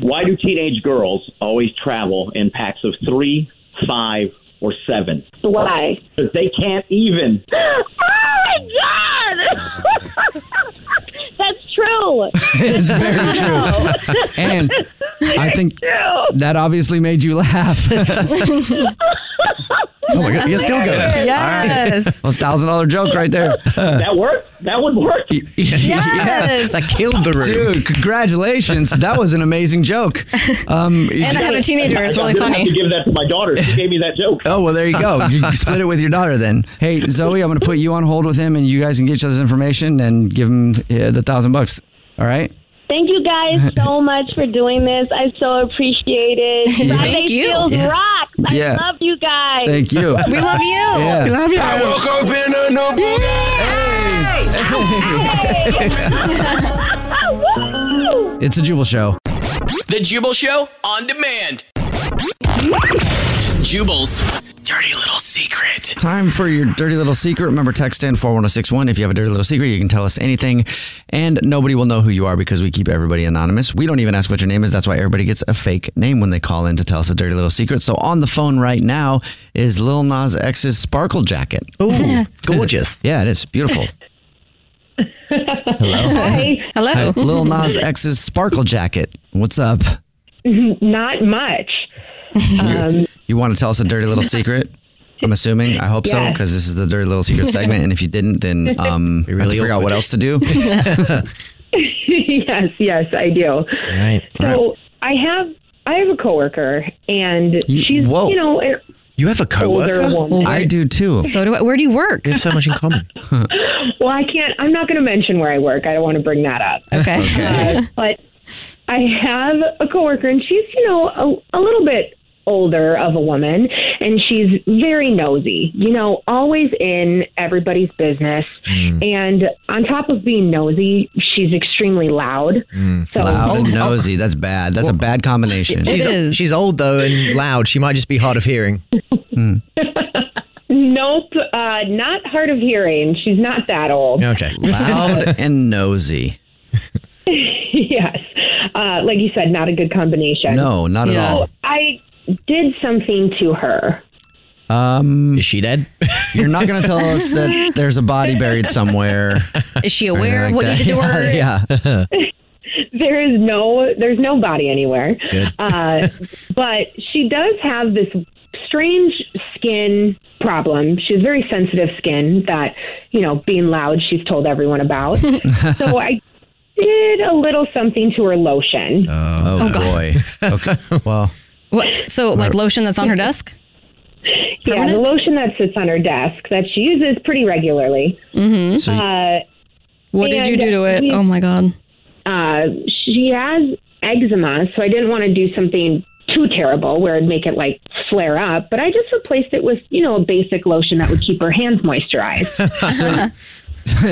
[SPEAKER 16] Why do teenage girls always travel in packs of three, five, or seven?
[SPEAKER 9] Why?
[SPEAKER 16] Because they can't even.
[SPEAKER 9] Oh my God! That's true.
[SPEAKER 1] it's very true. And I think that obviously made you laugh.
[SPEAKER 9] oh
[SPEAKER 1] my God, you're still good.
[SPEAKER 9] Yes.
[SPEAKER 1] All right. Well, thousand dollar joke right there.
[SPEAKER 16] That worked. That would work.
[SPEAKER 1] yes. That killed the room. Dude, congratulations. That was an amazing joke. Um,
[SPEAKER 2] And I had a teenager. It's
[SPEAKER 16] I
[SPEAKER 2] really
[SPEAKER 16] really
[SPEAKER 2] funny.
[SPEAKER 16] have to give that to my daughter. She gave me that joke.
[SPEAKER 1] Oh well, there you go. You split it with your daughter then. Hey Zoe, I'm going to put you on hold with him, and you guys can get each other's information and give him uh, the thousand bucks. All right.
[SPEAKER 9] Thank you guys so much for doing this. I so appreciate it.
[SPEAKER 1] Yeah.
[SPEAKER 9] Friday
[SPEAKER 1] Thank you.
[SPEAKER 9] Feels
[SPEAKER 1] Yeah.
[SPEAKER 9] rocks. I
[SPEAKER 1] Yeah.
[SPEAKER 9] love you guys.
[SPEAKER 1] Thank you. We love you. Yeah. Oh, We love you.
[SPEAKER 10] I woke up in a new
[SPEAKER 5] The
[SPEAKER 1] It's a Jubal show.
[SPEAKER 5] Jubal Show on demand. Jubal's dirty little secret.
[SPEAKER 1] Time for your dirty little secret. Remember, text in 41061. If you have a dirty little secret, you can tell us anything, and nobody will know who you are because we keep everybody anonymous. We don't even ask what your name is. That's why everybody gets a fake name when they call in to tell us a dirty little secret. So on the phone right now is Lil Nas X's Sparkle Jacket.
[SPEAKER 2] Yeah.
[SPEAKER 1] Oh, gorgeous. yeah, it is. Beautiful.
[SPEAKER 17] Hi.
[SPEAKER 2] Hello.
[SPEAKER 1] Hi, Lil Nas X's Sparkle Jacket. What's up?
[SPEAKER 17] Not much. Um,
[SPEAKER 1] You want to tell us a dirty little secret? I'm assuming. I hope so,
[SPEAKER 17] Yes.
[SPEAKER 1] because this is the dirty little secret segment. And if you didn't, then um, we really
[SPEAKER 17] really
[SPEAKER 1] have to figure out
[SPEAKER 17] open
[SPEAKER 1] what
[SPEAKER 17] it.
[SPEAKER 1] else to do.
[SPEAKER 17] yes, yes, I do.
[SPEAKER 1] right.
[SPEAKER 17] So I have I have a coworker, and she's
[SPEAKER 1] whoa.
[SPEAKER 17] you know.
[SPEAKER 8] You have a
[SPEAKER 9] coworker? Older woman.
[SPEAKER 1] I do too.
[SPEAKER 2] So do I. Where do you work?
[SPEAKER 1] We have so much in common.
[SPEAKER 17] Well, I can't. I'm not going to mention where I work. I don't want to bring that up.
[SPEAKER 2] Okay.
[SPEAKER 17] Uh, but I have a coworker, and she's you know a, a little bit older of a woman, and she's very nosy. You know, always in everybody's business,
[SPEAKER 1] Mm.
[SPEAKER 17] and on top of being nosy, she's extremely loud. So-
[SPEAKER 1] Mm. Loud and
[SPEAKER 8] oh.
[SPEAKER 1] nosy. That's bad. That's a bad combination.
[SPEAKER 8] She's, she's old though and loud. She might just be hard of hearing.
[SPEAKER 17] Nope, uh, not hard of hearing. She's not that old.
[SPEAKER 1] Okay. Loud and nosy.
[SPEAKER 17] yes. Uh, like you said, not a good combination.
[SPEAKER 1] No, not at all.
[SPEAKER 17] So I did something to her.
[SPEAKER 1] Um, is she dead? You're not going to tell us that there's a body buried somewhere.
[SPEAKER 2] Is she
[SPEAKER 1] or
[SPEAKER 2] aware of
[SPEAKER 1] anything
[SPEAKER 2] what you
[SPEAKER 1] like
[SPEAKER 2] did to
[SPEAKER 1] that.
[SPEAKER 2] her?
[SPEAKER 1] Yeah.
[SPEAKER 17] There is no, there's no body anywhere.
[SPEAKER 1] Good.
[SPEAKER 17] Uh, but she does have this strange skin problem. She has very sensitive skin that, you know, being loud, she's told everyone about. so I did a little something to her lotion.
[SPEAKER 1] Oh,
[SPEAKER 2] Oh, God.
[SPEAKER 1] boy. Okay. Well,
[SPEAKER 2] What, so like lotion that's on her desk?
[SPEAKER 17] Yeah, the lotion that sits on her desk that she uses pretty regularly.
[SPEAKER 2] Mm-hmm.
[SPEAKER 17] So- Uh,
[SPEAKER 2] what did you
[SPEAKER 17] and
[SPEAKER 2] do to it?
[SPEAKER 17] we-
[SPEAKER 2] Oh my god.
[SPEAKER 17] Uh, she has eczema, so I didn't want to do something too terrible where it'd make it like flare up. But I just replaced it with, you know, a basic lotion that would keep her hands moisturized.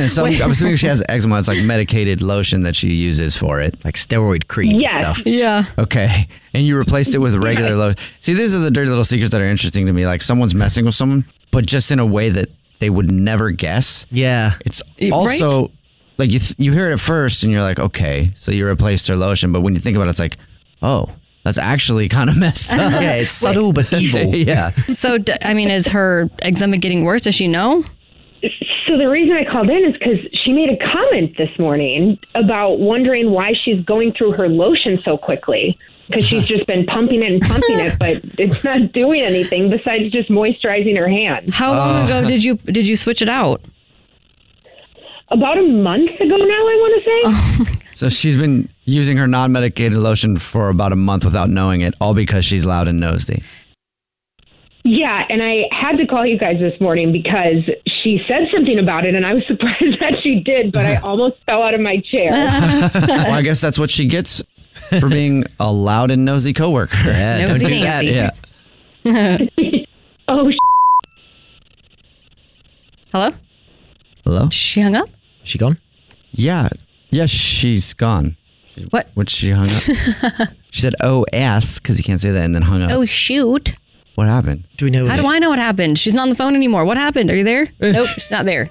[SPEAKER 1] so I'm, I'm assuming she has eczema. It's like medicated lotion that she uses for it, like steroid cream
[SPEAKER 17] Yes. stuff.
[SPEAKER 2] Yeah.
[SPEAKER 1] Okay, and you replaced it with regular lotion. See, these are the dirty little secrets that are interesting to me. Like someone's messing with someone, but just in a way that they would never guess. Yeah, it's
[SPEAKER 2] Right?
[SPEAKER 1] also like you th- you hear it at first, and you're like, okay, so you replaced her lotion. But when you think about it, it's like, oh, that's actually kind of messed up.
[SPEAKER 2] Yeah, it's subtle
[SPEAKER 1] but evil. yeah.
[SPEAKER 2] So d- I mean, is her eczema getting worse? Does she know?
[SPEAKER 17] so the reason I called in is because she made a comment this morning about wondering why she's going through her lotion so quickly. Because she's just been pumping it and pumping it, but it's not doing anything besides just moisturizing her hands.
[SPEAKER 2] How long ago did you did you switch it out?
[SPEAKER 17] About a month ago now, I want to say.
[SPEAKER 2] Oh.
[SPEAKER 1] So she's been using her non-medicated lotion for about a month without knowing it, all because she's loud and nosy.
[SPEAKER 17] Yeah, and I had to call you guys this morning because she said something about it, and I was surprised that she did, but I almost fell out of my chair.
[SPEAKER 1] well, I guess that's what she gets for being a loud and nosy coworker. Yeah,
[SPEAKER 17] Nosy don't do that. Nancy.
[SPEAKER 1] Yeah.
[SPEAKER 17] oh,
[SPEAKER 2] Hello.
[SPEAKER 1] Hello.
[SPEAKER 2] She hung up.
[SPEAKER 1] She gone? Yeah. Yeah, she's gone.
[SPEAKER 2] What?
[SPEAKER 1] When she hung up, she said "oh ass" because you can't say that, and then hung up.
[SPEAKER 2] Oh shoot!
[SPEAKER 1] What happened? Do we know?
[SPEAKER 2] How do I know what happened? She's not on the phone anymore. What happened? Are you there? nope, she's not there.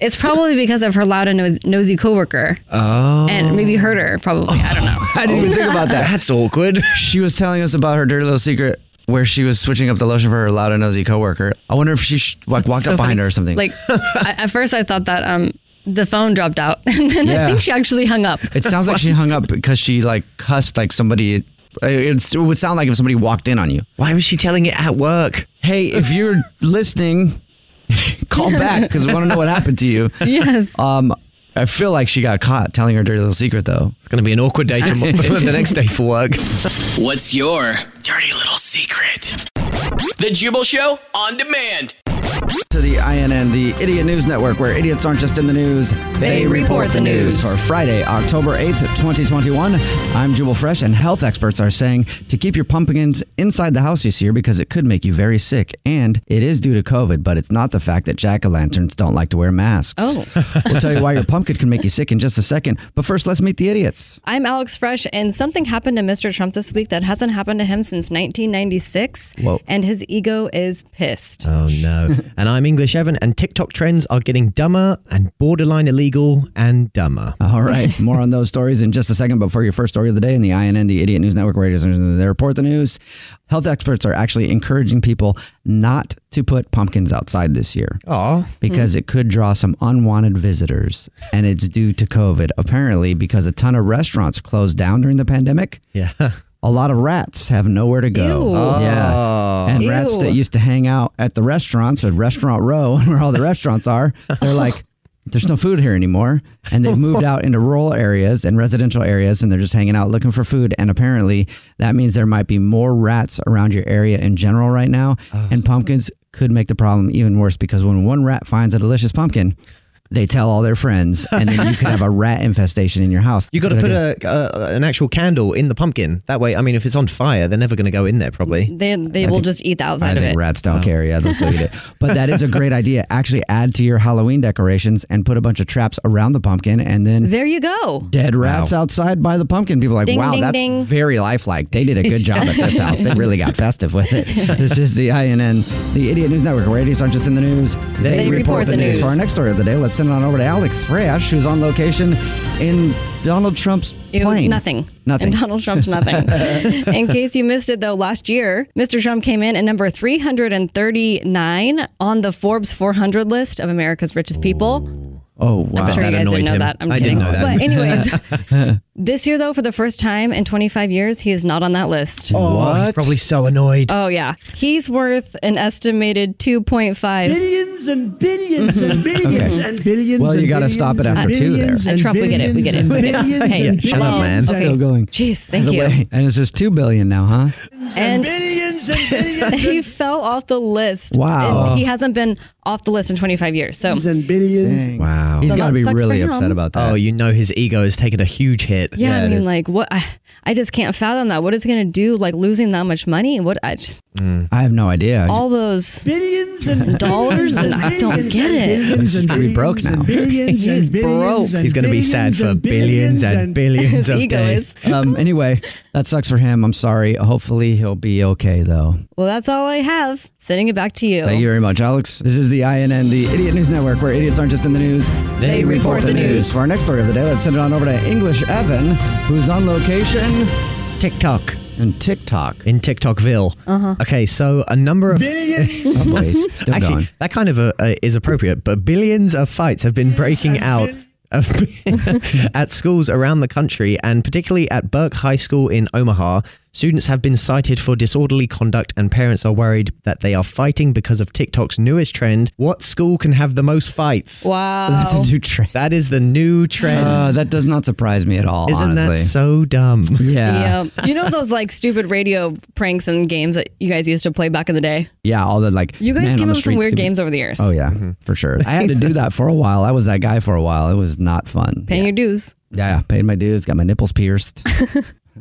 [SPEAKER 2] It's probably because of her loud and nos- nosy coworker,
[SPEAKER 1] Oh.
[SPEAKER 2] and maybe hurt her. Probably. I don't know.
[SPEAKER 1] I didn't even think about that. That's awkward. She was telling us about her dirty little secret where she was switching up the lotion for her loud and nosy coworker. I wonder if she sh- like walked
[SPEAKER 2] So
[SPEAKER 1] up behind
[SPEAKER 2] funny.
[SPEAKER 1] her or something.
[SPEAKER 2] Like I, at first, I thought that um the phone dropped out, and then
[SPEAKER 1] Yeah.
[SPEAKER 2] I think she actually hung up.
[SPEAKER 1] It sounds like she hung up because she like cussed like somebody. It's, it would sound like if somebody walked in on you. Why was she telling it at work? Hey, if you're listening, call back because we want to know what happened to you.
[SPEAKER 2] Yes.
[SPEAKER 1] Um, I feel like she got caught telling her dirty little secret though. It's gonna be an awkward day
[SPEAKER 5] tomorrow- the next
[SPEAKER 1] day for work.
[SPEAKER 5] What's your dirty little secret? The Jubal Show on demand.
[SPEAKER 1] To the INN, the Idiot News Network, where idiots aren't just in the news,
[SPEAKER 5] They report the news.
[SPEAKER 1] For Friday, October 8th, 2021, I'm Jubal Fresh, and health experts are saying to keep your pumpkins inside the house this year because it could make you very sick. And it is due to COVID, but it's not the fact that jack o' lanterns don't like to wear masks.
[SPEAKER 2] Oh.
[SPEAKER 1] we'll tell you why your pumpkin can make you sick in just a second. But first, let's meet the idiots.
[SPEAKER 2] I'm Alex Fresh, and something happened to Mr. Trump this week that hasn't happened to him since 1996.
[SPEAKER 1] Whoa.
[SPEAKER 2] And his ego is pissed.
[SPEAKER 8] Oh no. and I'm English Evan, and TikTok trends are getting dumber and borderline illegal and dumber.
[SPEAKER 1] All right. More on those stories in just a second. Before your first story of the day in the INN, the Idiot News Network Raiders, they report the news. Health experts are actually encouraging people not to put pumpkins outside this year.
[SPEAKER 8] Oh.
[SPEAKER 1] Because it could draw some unwanted visitors. And it's due to COVID, apparently, because a ton of restaurants closed down during the pandemic.
[SPEAKER 8] Yeah.
[SPEAKER 1] A lot of rats have nowhere to go.
[SPEAKER 8] Ew. Oh.
[SPEAKER 1] Yeah. And rats
[SPEAKER 8] Ew.
[SPEAKER 1] that used to hang out at the restaurants at Restaurant Row, where all the restaurants are, they're like, there's no food here anymore. And they've moved out into rural areas and residential areas and they're just hanging out looking for food. And apparently that means there might be more rats around your area in general right now. And pumpkins could make the problem even worse because when one rat finds a delicious pumpkin, they tell all their friends and then you could have a rat infestation in your house.
[SPEAKER 8] You got to
[SPEAKER 1] Good
[SPEAKER 8] put
[SPEAKER 1] idea.
[SPEAKER 8] a, a an actual candle in the pumpkin. That way, I mean, if it's on fire, they're never going to go in there. Probably.
[SPEAKER 2] They, they
[SPEAKER 8] I
[SPEAKER 2] will
[SPEAKER 8] think-
[SPEAKER 2] just eat the outside
[SPEAKER 1] I
[SPEAKER 2] of
[SPEAKER 1] think
[SPEAKER 2] it.
[SPEAKER 1] rats
[SPEAKER 8] Oh.
[SPEAKER 1] don't care. Yeah, they'll still eat it. But that is a great idea. Actually, add to your Halloween decorations and put a bunch of traps around the pumpkin, and then
[SPEAKER 2] There you go.
[SPEAKER 1] dead rats outside by the pumpkin. People are like,
[SPEAKER 2] Ding,
[SPEAKER 1] wow,
[SPEAKER 2] ding,
[SPEAKER 1] that's
[SPEAKER 2] ding."
[SPEAKER 1] very lifelike. They did a good job at this house. They really got festive with it. This is the INN, the Idiot News Network, where idiots aren't just in the news, they, report, the news. For our next story of the day, let's send it on over to Alex Fresh, who's on location in Donald Trump's
[SPEAKER 2] Ew,
[SPEAKER 1] plane.
[SPEAKER 2] nothing.
[SPEAKER 1] Nothing.
[SPEAKER 2] And Donald Trump's nothing. in case you missed it, though, last year, Mr. Trump came in at number 339 on the Forbes 400 list of America's richest people.
[SPEAKER 1] Oh, wow.
[SPEAKER 2] I'm sure you guys didn't know that. I'm kidding. But anyways,
[SPEAKER 1] anyways.
[SPEAKER 2] this year, though, for the first time in 25 years, he is not on that list.
[SPEAKER 8] Oh, He's probably so annoyed.
[SPEAKER 2] Oh yeah, he's worth an estimated 2.5
[SPEAKER 18] billions and billions
[SPEAKER 2] Mm-hmm.
[SPEAKER 18] and billions
[SPEAKER 1] Okay.
[SPEAKER 18] and billions.
[SPEAKER 1] Well, you
[SPEAKER 18] and
[SPEAKER 1] gotta
[SPEAKER 18] billions
[SPEAKER 1] stop it
[SPEAKER 18] and
[SPEAKER 1] after two there.
[SPEAKER 18] billions
[SPEAKER 1] Uh,
[SPEAKER 18] and
[SPEAKER 2] Trump, we get it, we get it, we get it.
[SPEAKER 18] billions and
[SPEAKER 2] Hey,
[SPEAKER 18] billions
[SPEAKER 2] shut up, man.
[SPEAKER 18] and billions
[SPEAKER 2] Okay.
[SPEAKER 18] and
[SPEAKER 1] Still going.
[SPEAKER 2] Jeez, thank
[SPEAKER 1] By the
[SPEAKER 2] you.
[SPEAKER 1] way, And it's just two billion now, huh?
[SPEAKER 2] and
[SPEAKER 18] billions and billions
[SPEAKER 2] he
[SPEAKER 18] and-
[SPEAKER 2] fell off the list.
[SPEAKER 1] Wow.
[SPEAKER 2] And he hasn't been off the list in 25 years. So
[SPEAKER 18] and billions.
[SPEAKER 8] Wow.
[SPEAKER 2] He's So gotta that be sucks for really him. upset about that.
[SPEAKER 8] Oh, you know his ego has taken a huge hit.
[SPEAKER 2] yeah, I
[SPEAKER 8] it
[SPEAKER 2] mean,
[SPEAKER 8] is.
[SPEAKER 2] like what? I, I just can't fathom that. What is he gonna do? Like losing that much money? What? I just,
[SPEAKER 1] I have no idea.
[SPEAKER 2] all those
[SPEAKER 18] billions and
[SPEAKER 2] dollars, and I don't get it.
[SPEAKER 1] He's just gonna be broke now.
[SPEAKER 18] Billions
[SPEAKER 2] He's
[SPEAKER 18] and billions
[SPEAKER 2] broke.
[SPEAKER 18] and
[SPEAKER 8] He's going to be sad
[SPEAKER 18] billions
[SPEAKER 8] for billions
[SPEAKER 18] and
[SPEAKER 8] and billions
[SPEAKER 2] His
[SPEAKER 8] of
[SPEAKER 2] ego
[SPEAKER 8] days.
[SPEAKER 2] is-
[SPEAKER 1] Um, anyway, that sucks for him. I'm sorry. Hopefully, he'll be okay though.
[SPEAKER 2] Well, that's all I have. Sending it back to you.
[SPEAKER 1] Thank you very much, Alex. This is the INN, the Idiot News Network, where idiots aren't just in the news,
[SPEAKER 2] They report the news.
[SPEAKER 1] For our next story of the day, let's send it on over to English Evan, who's on location.
[SPEAKER 8] TikTok.
[SPEAKER 1] And TikTok.
[SPEAKER 8] In TikTokville.
[SPEAKER 2] Uh-huh.
[SPEAKER 8] Okay, so a number of.
[SPEAKER 18] Billions.
[SPEAKER 1] Oh, boy, it's still
[SPEAKER 8] Actually,
[SPEAKER 1] going.
[SPEAKER 8] that kind of uh, uh, is appropriate, but billions of fights have been breaking out. of- at schools around the country, and particularly at Burke High School in Omaha, students have been cited for disorderly conduct, and parents are worried that they are fighting because of TikTok's newest trend. What school can have the most fights?
[SPEAKER 2] Wow.
[SPEAKER 1] That's a new trend.
[SPEAKER 8] That is the new trend.
[SPEAKER 1] Uh, that does not surprise me at all.
[SPEAKER 8] Isn't
[SPEAKER 1] honestly.
[SPEAKER 8] that so dumb?
[SPEAKER 1] Yeah.
[SPEAKER 2] Yeah. um, You know those like stupid radio pranks and games that you guys used to play back in the day?
[SPEAKER 1] Yeah, all the like.
[SPEAKER 2] You guys
[SPEAKER 1] man on
[SPEAKER 2] came up
[SPEAKER 1] the
[SPEAKER 2] with some
[SPEAKER 1] street
[SPEAKER 2] weird
[SPEAKER 1] stupid-
[SPEAKER 2] games over the years.
[SPEAKER 1] Oh yeah,
[SPEAKER 8] Mm-hmm.
[SPEAKER 1] for sure. I had to do that for a while. I was that guy for a while. It was not fun.
[SPEAKER 2] Paying your dues.
[SPEAKER 1] Yeah, I paid my dues, got my nipples pierced.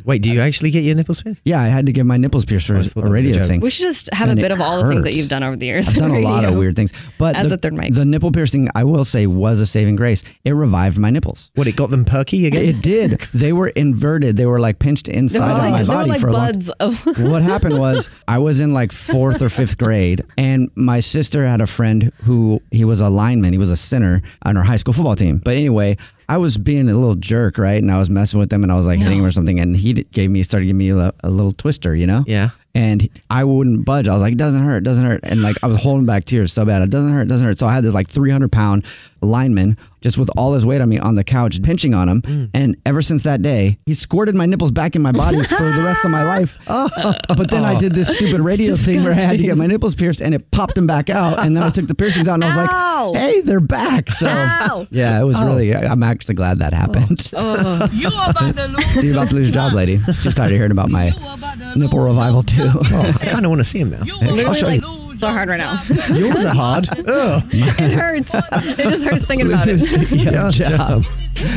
[SPEAKER 8] Wait, do you actually get your nipples pierced? Oh,
[SPEAKER 1] Yeah, I had to get my nipples pierced for
[SPEAKER 8] thought
[SPEAKER 1] a
[SPEAKER 8] that was a
[SPEAKER 1] radio
[SPEAKER 8] joke.
[SPEAKER 1] thing.
[SPEAKER 2] We should just have
[SPEAKER 1] And
[SPEAKER 2] a bit
[SPEAKER 1] it
[SPEAKER 2] of all the things that
[SPEAKER 1] hurts.
[SPEAKER 2] you've done over the years.
[SPEAKER 1] I've done a lot of
[SPEAKER 2] You.
[SPEAKER 1] weird things, but
[SPEAKER 2] As
[SPEAKER 1] the,
[SPEAKER 2] a third mic.
[SPEAKER 1] the nipple piercing, I will say, was a saving grace. It revived my nipples.
[SPEAKER 8] What, it got them perky again?
[SPEAKER 1] It did. They were inverted. They were like pinched
[SPEAKER 2] They were
[SPEAKER 1] inside of
[SPEAKER 2] like,
[SPEAKER 1] my
[SPEAKER 2] they were
[SPEAKER 1] body
[SPEAKER 2] like
[SPEAKER 1] for a long.
[SPEAKER 2] buds of
[SPEAKER 1] what happened was I was in like fourth or fifth grade, and my sister had a friend who he was a lineman, he was a center on her high school football team. But anyway, I was being a little jerk, right? And I was messing with him, and I was like hitting him or something, and he d- gave me started giving me a, a little twister, you know?
[SPEAKER 8] Yeah.
[SPEAKER 1] And I wouldn't budge. I was like, it doesn't hurt, it doesn't hurt. And like, I was holding back tears so bad. It doesn't hurt, it doesn't hurt. So I had this like 300 pound lineman just with all his weight on me on the couch, pinching on him.
[SPEAKER 2] Mm.
[SPEAKER 1] And ever since that day, he squirted my nipples back in my body for the rest of my life.
[SPEAKER 2] Oh.
[SPEAKER 1] But then I did this stupid radio thing where I had to get my nipples pierced and it popped them back out. And then I took the piercings out and I was
[SPEAKER 2] Ow.
[SPEAKER 1] like, hey, they're back. So
[SPEAKER 2] Ow. Oh.
[SPEAKER 1] yeah, it was really, I- I'm actually glad that happened.
[SPEAKER 10] Oh.
[SPEAKER 2] you about to lose.
[SPEAKER 1] So you're about to lose your job, lady. She's tired of hearing about my nipple revival too.
[SPEAKER 8] I kind of want to see him now.
[SPEAKER 2] Literally,
[SPEAKER 8] I'll show
[SPEAKER 2] like,
[SPEAKER 8] you.
[SPEAKER 2] so hard right now.
[SPEAKER 8] Yours are hard. Ugh.
[SPEAKER 2] it hurts. It just hurts thinking about it.
[SPEAKER 1] Lose your job.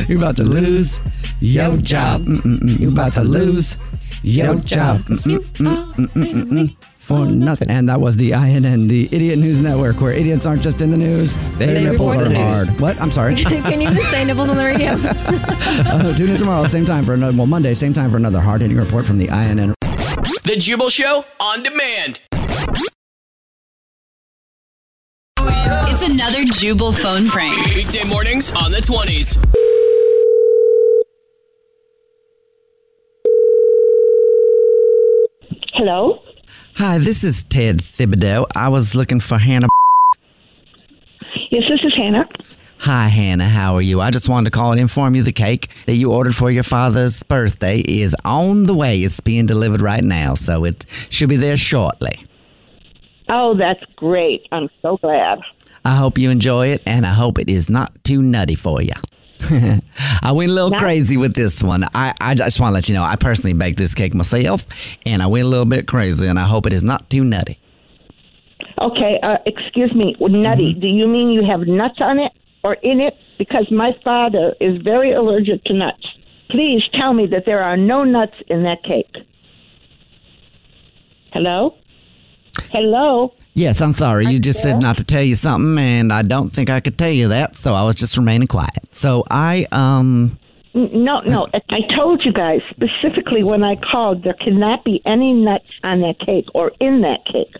[SPEAKER 1] You're about to lose your job. Mm, Mm-mm-mm. You're about to lose your job. Mm, Mm-mm-mm-mm-mm-mm. mm, For nothing. And that was the INN, the Idiot News Network, where idiots aren't just in the news. Their
[SPEAKER 2] They
[SPEAKER 1] nipples
[SPEAKER 2] report
[SPEAKER 1] are
[SPEAKER 2] the
[SPEAKER 1] hard.
[SPEAKER 2] news.
[SPEAKER 1] What? I'm sorry.
[SPEAKER 2] Can you just say nipples on the radio?
[SPEAKER 1] Uh, tune in tomorrow, same time for another, well, Monday, same time for another hard hitting report from the INN.
[SPEAKER 5] The Jubal Show on demand.
[SPEAKER 6] It's another Jubal phone prank.
[SPEAKER 5] Weekday mornings on the 20s.
[SPEAKER 1] Hello? Hi, this is Ted Thibodeau. I was looking for Hannah.
[SPEAKER 19] Yes, this is Hannah.
[SPEAKER 1] Hi, Hannah. How are you? I just wanted to call and inform you the cake that you ordered for your father's birthday is on the way. It's being delivered right now, so it should be there shortly.
[SPEAKER 19] Oh, that's great. I'm so glad.
[SPEAKER 1] I hope you enjoy it, and I hope it is not too nutty for you. I went a little crazy with this one. I, I just want to let you know I personally baked this cake myself, and I went a little bit crazy, and I hope it is not too nutty.
[SPEAKER 20] Okay, uh, excuse me, nutty. Do you mean you have nuts on it or in it? Because my father is very allergic to nuts. Please tell me that there are no nuts in that cake. Hello? Hello?
[SPEAKER 1] Yes, I'm sorry. You just said not to tell you something, and I don't think I could tell you that, so I was just remaining quiet. So I, um,
[SPEAKER 20] N- No, no. I told you guys specifically when I called there cannot be any nuts on that cake or in that cake.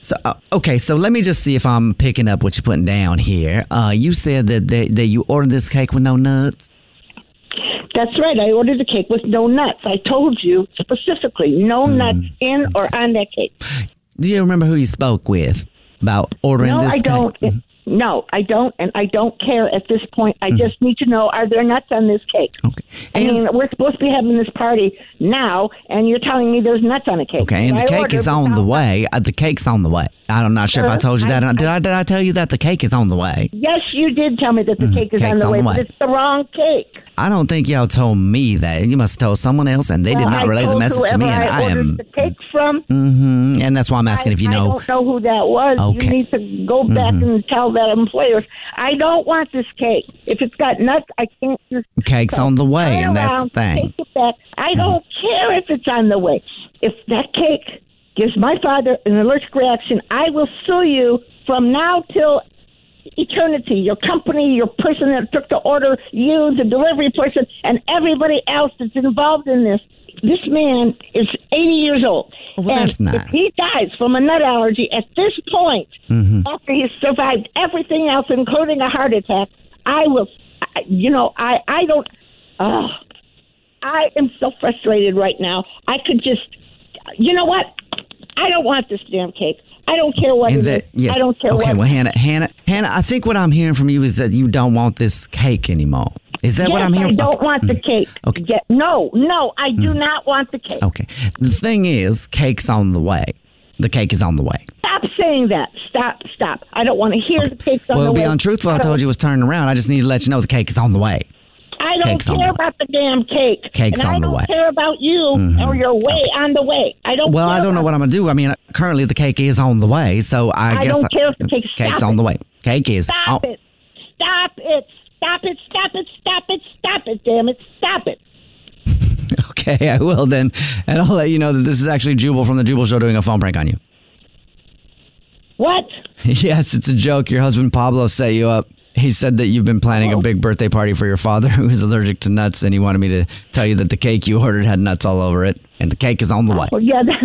[SPEAKER 1] so, uh, okay, so let me just see if I'm picking up what you're putting down here. Uh, you said that, that, that you ordered this cake with no nuts.
[SPEAKER 20] That's right. I ordered a cake with no nuts. I told you specifically no
[SPEAKER 1] Hmm.
[SPEAKER 20] nuts in or on that cake.
[SPEAKER 1] Do you remember who you spoke with about ordering
[SPEAKER 20] no,
[SPEAKER 1] this
[SPEAKER 20] I
[SPEAKER 1] cake? Hmm.
[SPEAKER 20] don't. No, I don't, and I don't care at this point. I just need to know: are there nuts on this cake? Okay. I mean, we're supposed to be having this party now, and you're telling me there's nuts on a cake.
[SPEAKER 1] Okay, and
[SPEAKER 20] I
[SPEAKER 1] the cake
[SPEAKER 20] ordered
[SPEAKER 1] is on the way. Uh, the cake's on the way. I'm not sure if I
[SPEAKER 20] Sir,
[SPEAKER 1] told you that. or not. Did I, did I tell you that the cake is on the way?
[SPEAKER 20] Yes, you did tell me that the cake is
[SPEAKER 1] Mm-hmm. cake's
[SPEAKER 20] on the
[SPEAKER 1] on
[SPEAKER 20] way,
[SPEAKER 1] the
[SPEAKER 20] but
[SPEAKER 1] way.
[SPEAKER 20] it's the wrong cake.
[SPEAKER 1] I don't think y'all told me that. You must have told someone else, and they did
[SPEAKER 20] Well,
[SPEAKER 1] not
[SPEAKER 20] I
[SPEAKER 1] relay the
[SPEAKER 20] told
[SPEAKER 1] message to
[SPEAKER 20] whoever
[SPEAKER 1] me. And I,
[SPEAKER 20] I ordered
[SPEAKER 1] am,
[SPEAKER 20] the cake from.
[SPEAKER 1] hmm and that's why I'm asking if you
[SPEAKER 20] I
[SPEAKER 1] know.
[SPEAKER 20] don't know who that was.
[SPEAKER 1] Okay.
[SPEAKER 20] You need to go back
[SPEAKER 1] Mhm.
[SPEAKER 20] and tell that employer. I don't want this cake. If it's got nuts, I can't just
[SPEAKER 1] Cake's on the way,
[SPEAKER 20] turn
[SPEAKER 1] and that's
[SPEAKER 20] around,
[SPEAKER 1] the thing. Uh-huh.
[SPEAKER 20] Take it back. I don't care if it's on the way. If that cake gives my father an allergic reaction, I will sue you from now till eternity. Your company, your person that took the order, you, the delivery person, and everybody else that's involved in this. This man is 80 years old.
[SPEAKER 1] Well,
[SPEAKER 20] and
[SPEAKER 1] that's not-
[SPEAKER 20] if he dies from a nut allergy at this point,
[SPEAKER 10] Mm-hmm.
[SPEAKER 1] Mm-hmm.
[SPEAKER 20] after he's survived everything else, including a heart attack, I will, I, you know, I, I don't, oh, I am so frustrated right now. I could just, you know what? I don't want this damn cake. I don't care what
[SPEAKER 1] And
[SPEAKER 20] it
[SPEAKER 1] that,
[SPEAKER 20] is.
[SPEAKER 1] yes.
[SPEAKER 20] I don't care
[SPEAKER 1] okay,
[SPEAKER 20] what
[SPEAKER 1] well, Hannah, Hannah, Hannah, I think what I'm hearing from you is that you don't want this cake anymore. Is that what
[SPEAKER 20] Yes,
[SPEAKER 1] I'm hearing? Mm.
[SPEAKER 20] I don't want the cake. Okay. no, no, I do not want the cake.
[SPEAKER 1] Okay. The thing is, cake's on the way. The cake is on the way.
[SPEAKER 20] Stop saying that. Stop, stop. I don't want to hear the cake on
[SPEAKER 1] well,
[SPEAKER 20] the
[SPEAKER 1] it'd
[SPEAKER 20] way.
[SPEAKER 1] be untruthful. I told you it was turning around. I just need to let you know the cake is on the way.
[SPEAKER 20] I don't
[SPEAKER 1] Cake's on
[SPEAKER 20] care about the damn cake.
[SPEAKER 1] Cake's
[SPEAKER 20] and
[SPEAKER 1] on
[SPEAKER 20] I
[SPEAKER 1] the
[SPEAKER 20] don't
[SPEAKER 1] way. Mm-hmm.
[SPEAKER 20] care about you or your way on the way. I don't
[SPEAKER 1] Well,
[SPEAKER 20] care
[SPEAKER 1] I don't know what I'm gonna do. I mean, currently the cake is on the way, so I,
[SPEAKER 20] I
[SPEAKER 1] guess
[SPEAKER 20] don't care if the cake's-
[SPEAKER 1] cake's
[SPEAKER 20] stop
[SPEAKER 1] on
[SPEAKER 20] it.
[SPEAKER 1] the way. Cake is on-
[SPEAKER 20] Stop it. Stop it. Stop it. Stop it. Stop it. Stop it. Damn it. Stop it.
[SPEAKER 1] okay. I will then, and I'll let you know that this is actually Jubal from the Jubal Show doing a phone prank on you.
[SPEAKER 20] What?
[SPEAKER 1] Yes, it's a joke. Your husband Pablo set you up. He said that you've been planning a big birthday party for your father who is allergic to nuts, and he wanted me to tell you that the cake you ordered had nuts all over it, and the cake is on the way.
[SPEAKER 20] Oh, yeah. That,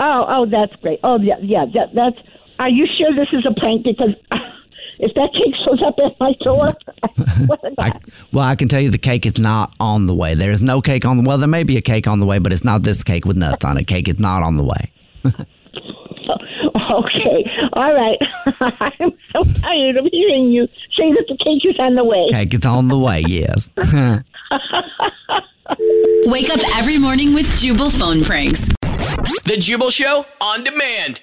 [SPEAKER 20] oh, oh, that's great. Oh, yeah, yeah. That, that's. Are you sure this is a prank? Because if that cake shows up at my door,
[SPEAKER 1] Well, I can tell you the cake is not on the way. There is no cake on the Well, there may be a cake on the way, but it's not this cake with nuts on it. Cake is not on the way.
[SPEAKER 20] Okay. All right. I'm so tired of hearing you say that the cake is on the way.
[SPEAKER 1] Cake is on the way, yes.
[SPEAKER 6] Wake up every morning with Jubal phone pranks.
[SPEAKER 5] The Jubal Show on demand.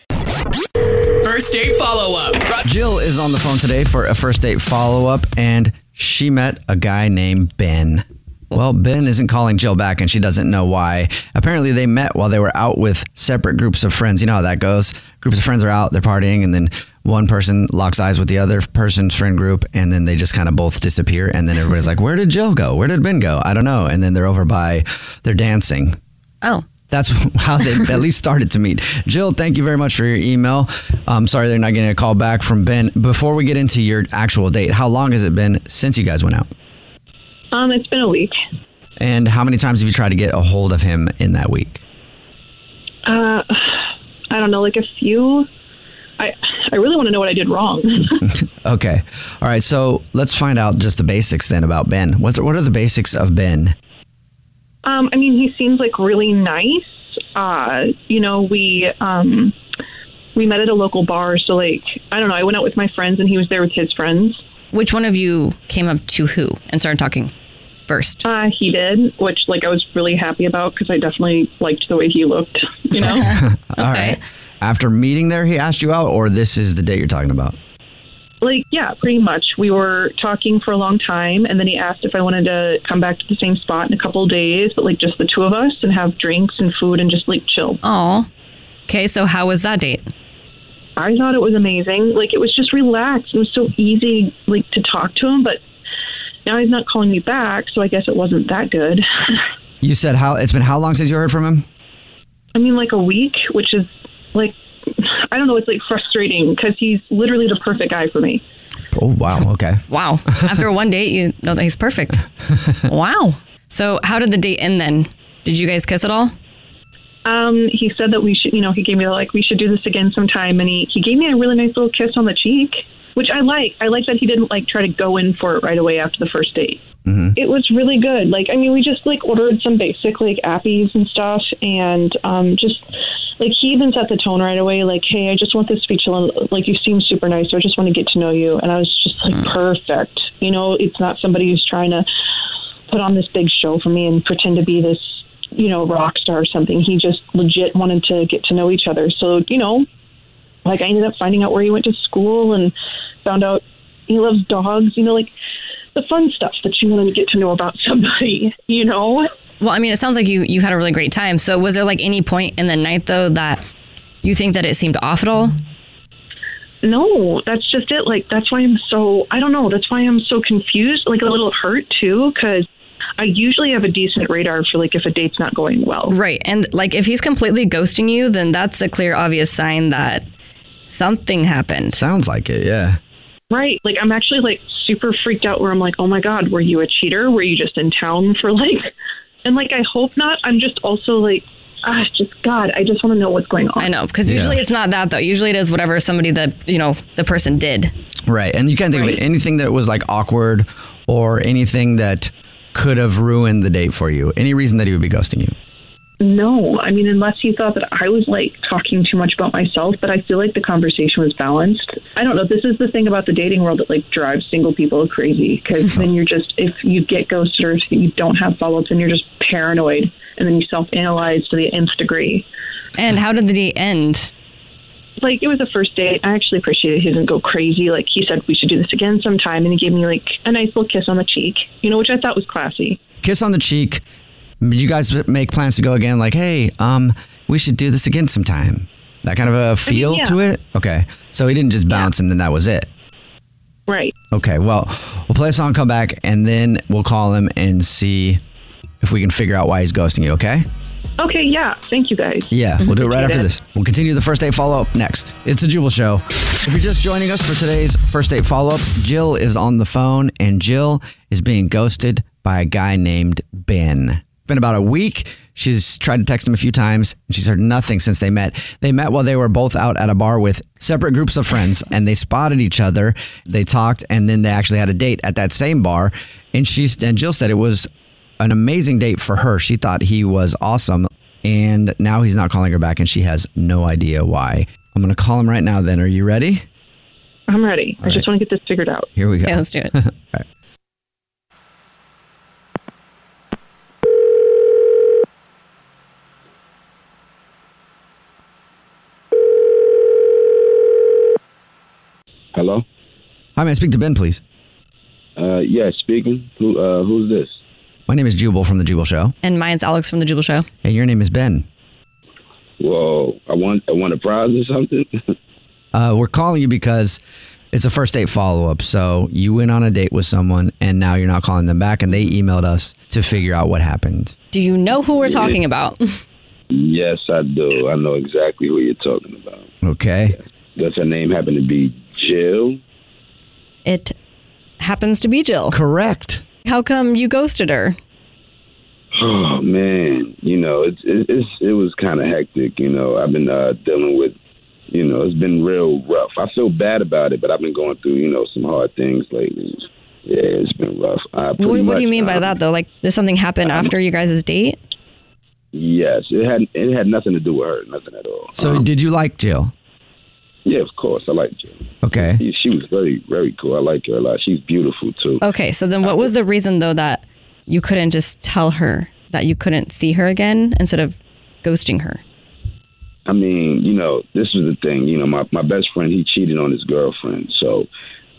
[SPEAKER 5] First date follow up.
[SPEAKER 1] Jill is on the phone today for a first date follow up, and she met a guy named Ben. Well, Ben isn't calling Jill back, and she doesn't know why. Apparently, they met while they were out with separate groups of friends. You know how that goes. Groups of friends are out, they're partying, and then one person locks eyes with the other person's friend group, and then they just kind of both disappear. And then everybody's like, Where did Jill go? Where did Ben go? I don't know. And then they're over by, they're dancing.
[SPEAKER 2] Oh.
[SPEAKER 1] That's how they at least started to meet. Jill, thank you very much for your email. I'm sorry they're not getting a call back from Ben. Before we get into your actual date, how long has it been since you guys went out?
[SPEAKER 21] Um, it's been a week.
[SPEAKER 1] And how many times have you tried to get a hold of him in that week?
[SPEAKER 21] Uh, I don't know, like a few. I I really want to know what I did wrong.
[SPEAKER 1] Okay. All right. So let's find out just the basics then about Ben. What's, what are the basics of Ben?
[SPEAKER 21] um, I mean, he seems like really nice. Uh, you know, we um, we met at a local bar, so like I don't know. I went out with my friends, and he was there with his friends.
[SPEAKER 2] Which one of you came up to who and started talking first?
[SPEAKER 21] Uh, he did, which like I was really happy about because I definitely liked the way he looked. You know.
[SPEAKER 1] All right. After meeting there, he asked you out, or this is the date you're talking about?
[SPEAKER 21] Like, yeah, pretty much. We were talking for a long time, and then he asked if I wanted to come back to the same spot in a couple of days, but like just the two of us and have drinks and food and just like chill.
[SPEAKER 2] Aw. Okay, so how was that date?
[SPEAKER 21] I thought it was amazing. Like, it was just relaxed. It was so easy, like, to talk to him, but now he's not calling me back, so I guess it wasn't that good.
[SPEAKER 1] You said how it's been how long since you heard from him?
[SPEAKER 21] I mean, like a week, which is like, I don't know, it's like frustrating because he's literally the perfect guy for me.
[SPEAKER 1] Oh wow. Okay.
[SPEAKER 2] Wow. After one date, you know that he's perfect. wow. So, how did the date end then? Did you guys kiss at all?
[SPEAKER 21] Um, he said that we should, you know, he gave me like we should do this again sometime, and he he gave me a really nice little kiss on the cheek, which I like. I like that he didn't like try to go in for it right away after the first date.
[SPEAKER 19] It was really good. Like, I mean, we just like ordered some basic like appies and stuff, and um, just like he even set the tone right away. Like, hey, I just want this to be chill. and, Like, you seem super nice, so I just want to get to know you. And I was just like, perfect. You know, it's not somebody who's trying to put on this big show for me and pretend to be this, you know, rock star or something. He just legit wanted to get to know each other. So, you know, like I ended up finding out where he went to school and found out he loves dogs. You know, like the fun stuff that you want to get to know about somebody. You know,
[SPEAKER 2] Well, I mean, it sounds like you you had a really great time. So, was there like any point in the night though that you think that it seemed off at all?
[SPEAKER 21] No, that's just it. Like that's why I'm so I don't know. That's why I'm so confused. Like a little hurt too, because I usually have a decent radar for like if a date's not going well.
[SPEAKER 2] Right. And like if he's completely ghosting you, then that's a clear obvious sign that something happened.
[SPEAKER 1] Sounds like it, yeah.
[SPEAKER 21] Right. Like I'm actually like super freaked out where I'm like, oh my God, were you a cheater? Were you just in town for like, and like, I hope not. I'm just also like, ah, just God, I just want to know what's going on.
[SPEAKER 2] I know, because usually it's not that though. Usually it is whatever somebody that, you know, the person did.
[SPEAKER 1] Right. And you can't think of anything that was like awkward or anything that could have ruined the date for you. Any reason that he would be ghosting you.
[SPEAKER 21] No, I mean, unless you thought that I was like talking too much about myself, but I feel like the conversation was balanced. I don't know. This is the thing about the dating world that like drives single people crazy because then you're just, if you get ghosted or if you don't have follow up, then you're just paranoid and then you self analyze to the nth degree.
[SPEAKER 2] And how did the date end?
[SPEAKER 21] Like, it was a first date. I actually appreciated he didn't go crazy. Like, he said we should do this again sometime. And he gave me like a nice little kiss on the cheek, you know, which I thought was classy.
[SPEAKER 1] Kiss on the cheek. You guys make plans to go again like, "Hey, um we should do this again sometime." That kind of a feel
[SPEAKER 21] yeah.
[SPEAKER 1] to it. Okay. So he didn't just bounce and then that was it.
[SPEAKER 21] Right.
[SPEAKER 1] Okay, well, we'll play a song, come back, and then we'll call him and see if we can figure out why he's ghosting you, okay?
[SPEAKER 21] Okay. Yeah. Thank you guys.
[SPEAKER 1] Yeah, we'll do it right after this. We'll continue the first date follow up next. It's the Jubal Show. If you're just joining us for today's first date follow up, Jill is on the phone, and Jill is being ghosted by a guy named Ben. It's been about a week. She's tried to text him a few times, and she's heard nothing since they met. They met while they were both out at a bar with separate groups of friends, and they spotted each other. They talked, and then they actually had a date at that same bar. And she and Jill said it was an amazing date for her. She thought he was awesome. And now he's not calling her back, and she has no idea why. I'm going to call him right now, then. Are you ready?
[SPEAKER 21] I'm ready. I just want to get this figured out.
[SPEAKER 1] Here we go.
[SPEAKER 21] Okay, let's do it.
[SPEAKER 1] All right.
[SPEAKER 22] Hello.
[SPEAKER 1] Hi, man. Speak to Ben, please.
[SPEAKER 22] Uh, yeah, speaking. Who, uh, who's this?
[SPEAKER 1] My name is Jubal from The Jubal Show,
[SPEAKER 2] And mine's Alex from The Jubal Show.
[SPEAKER 1] and your name is Ben.
[SPEAKER 22] Whoa, I want, I want a prize or something.
[SPEAKER 1] Uh, we're calling you because it's a first date follow up. So you went on a date with someone, and now you're not calling them back, and they emailed us to figure out what happened.
[SPEAKER 2] Do you know who we're talking about?
[SPEAKER 22] yes, I do. I know exactly who you're talking about.
[SPEAKER 1] Okay.
[SPEAKER 22] Does her name happen to be Jill?
[SPEAKER 2] It happens to be Jill.
[SPEAKER 1] Correct.
[SPEAKER 2] How come you ghosted her?
[SPEAKER 22] Oh man, you know it's it, it's it was kind of hectic. You know, I've been uh, dealing with, you know, it's been real rough. I feel bad about it, but I've been going through you know some hard things lately. Yeah, it's been rough. I pretty
[SPEAKER 2] What, what do you
[SPEAKER 22] much,
[SPEAKER 2] mean by
[SPEAKER 22] um,
[SPEAKER 2] that though? Like, did something happen after you guys' date?
[SPEAKER 22] Yes, it had it had nothing to do with her, nothing at all.
[SPEAKER 1] So did you like Jill?
[SPEAKER 22] Yeah, of course, I like Jill.
[SPEAKER 1] Okay.
[SPEAKER 22] She, she was very very cool. I like her a lot. She's beautiful too.
[SPEAKER 2] Okay, so then what was the reason though that you couldn't just tell her that you couldn't see her again instead of ghosting her?
[SPEAKER 22] I mean, you know, this is the thing. You know, my, my best friend, he cheated on his girlfriend. So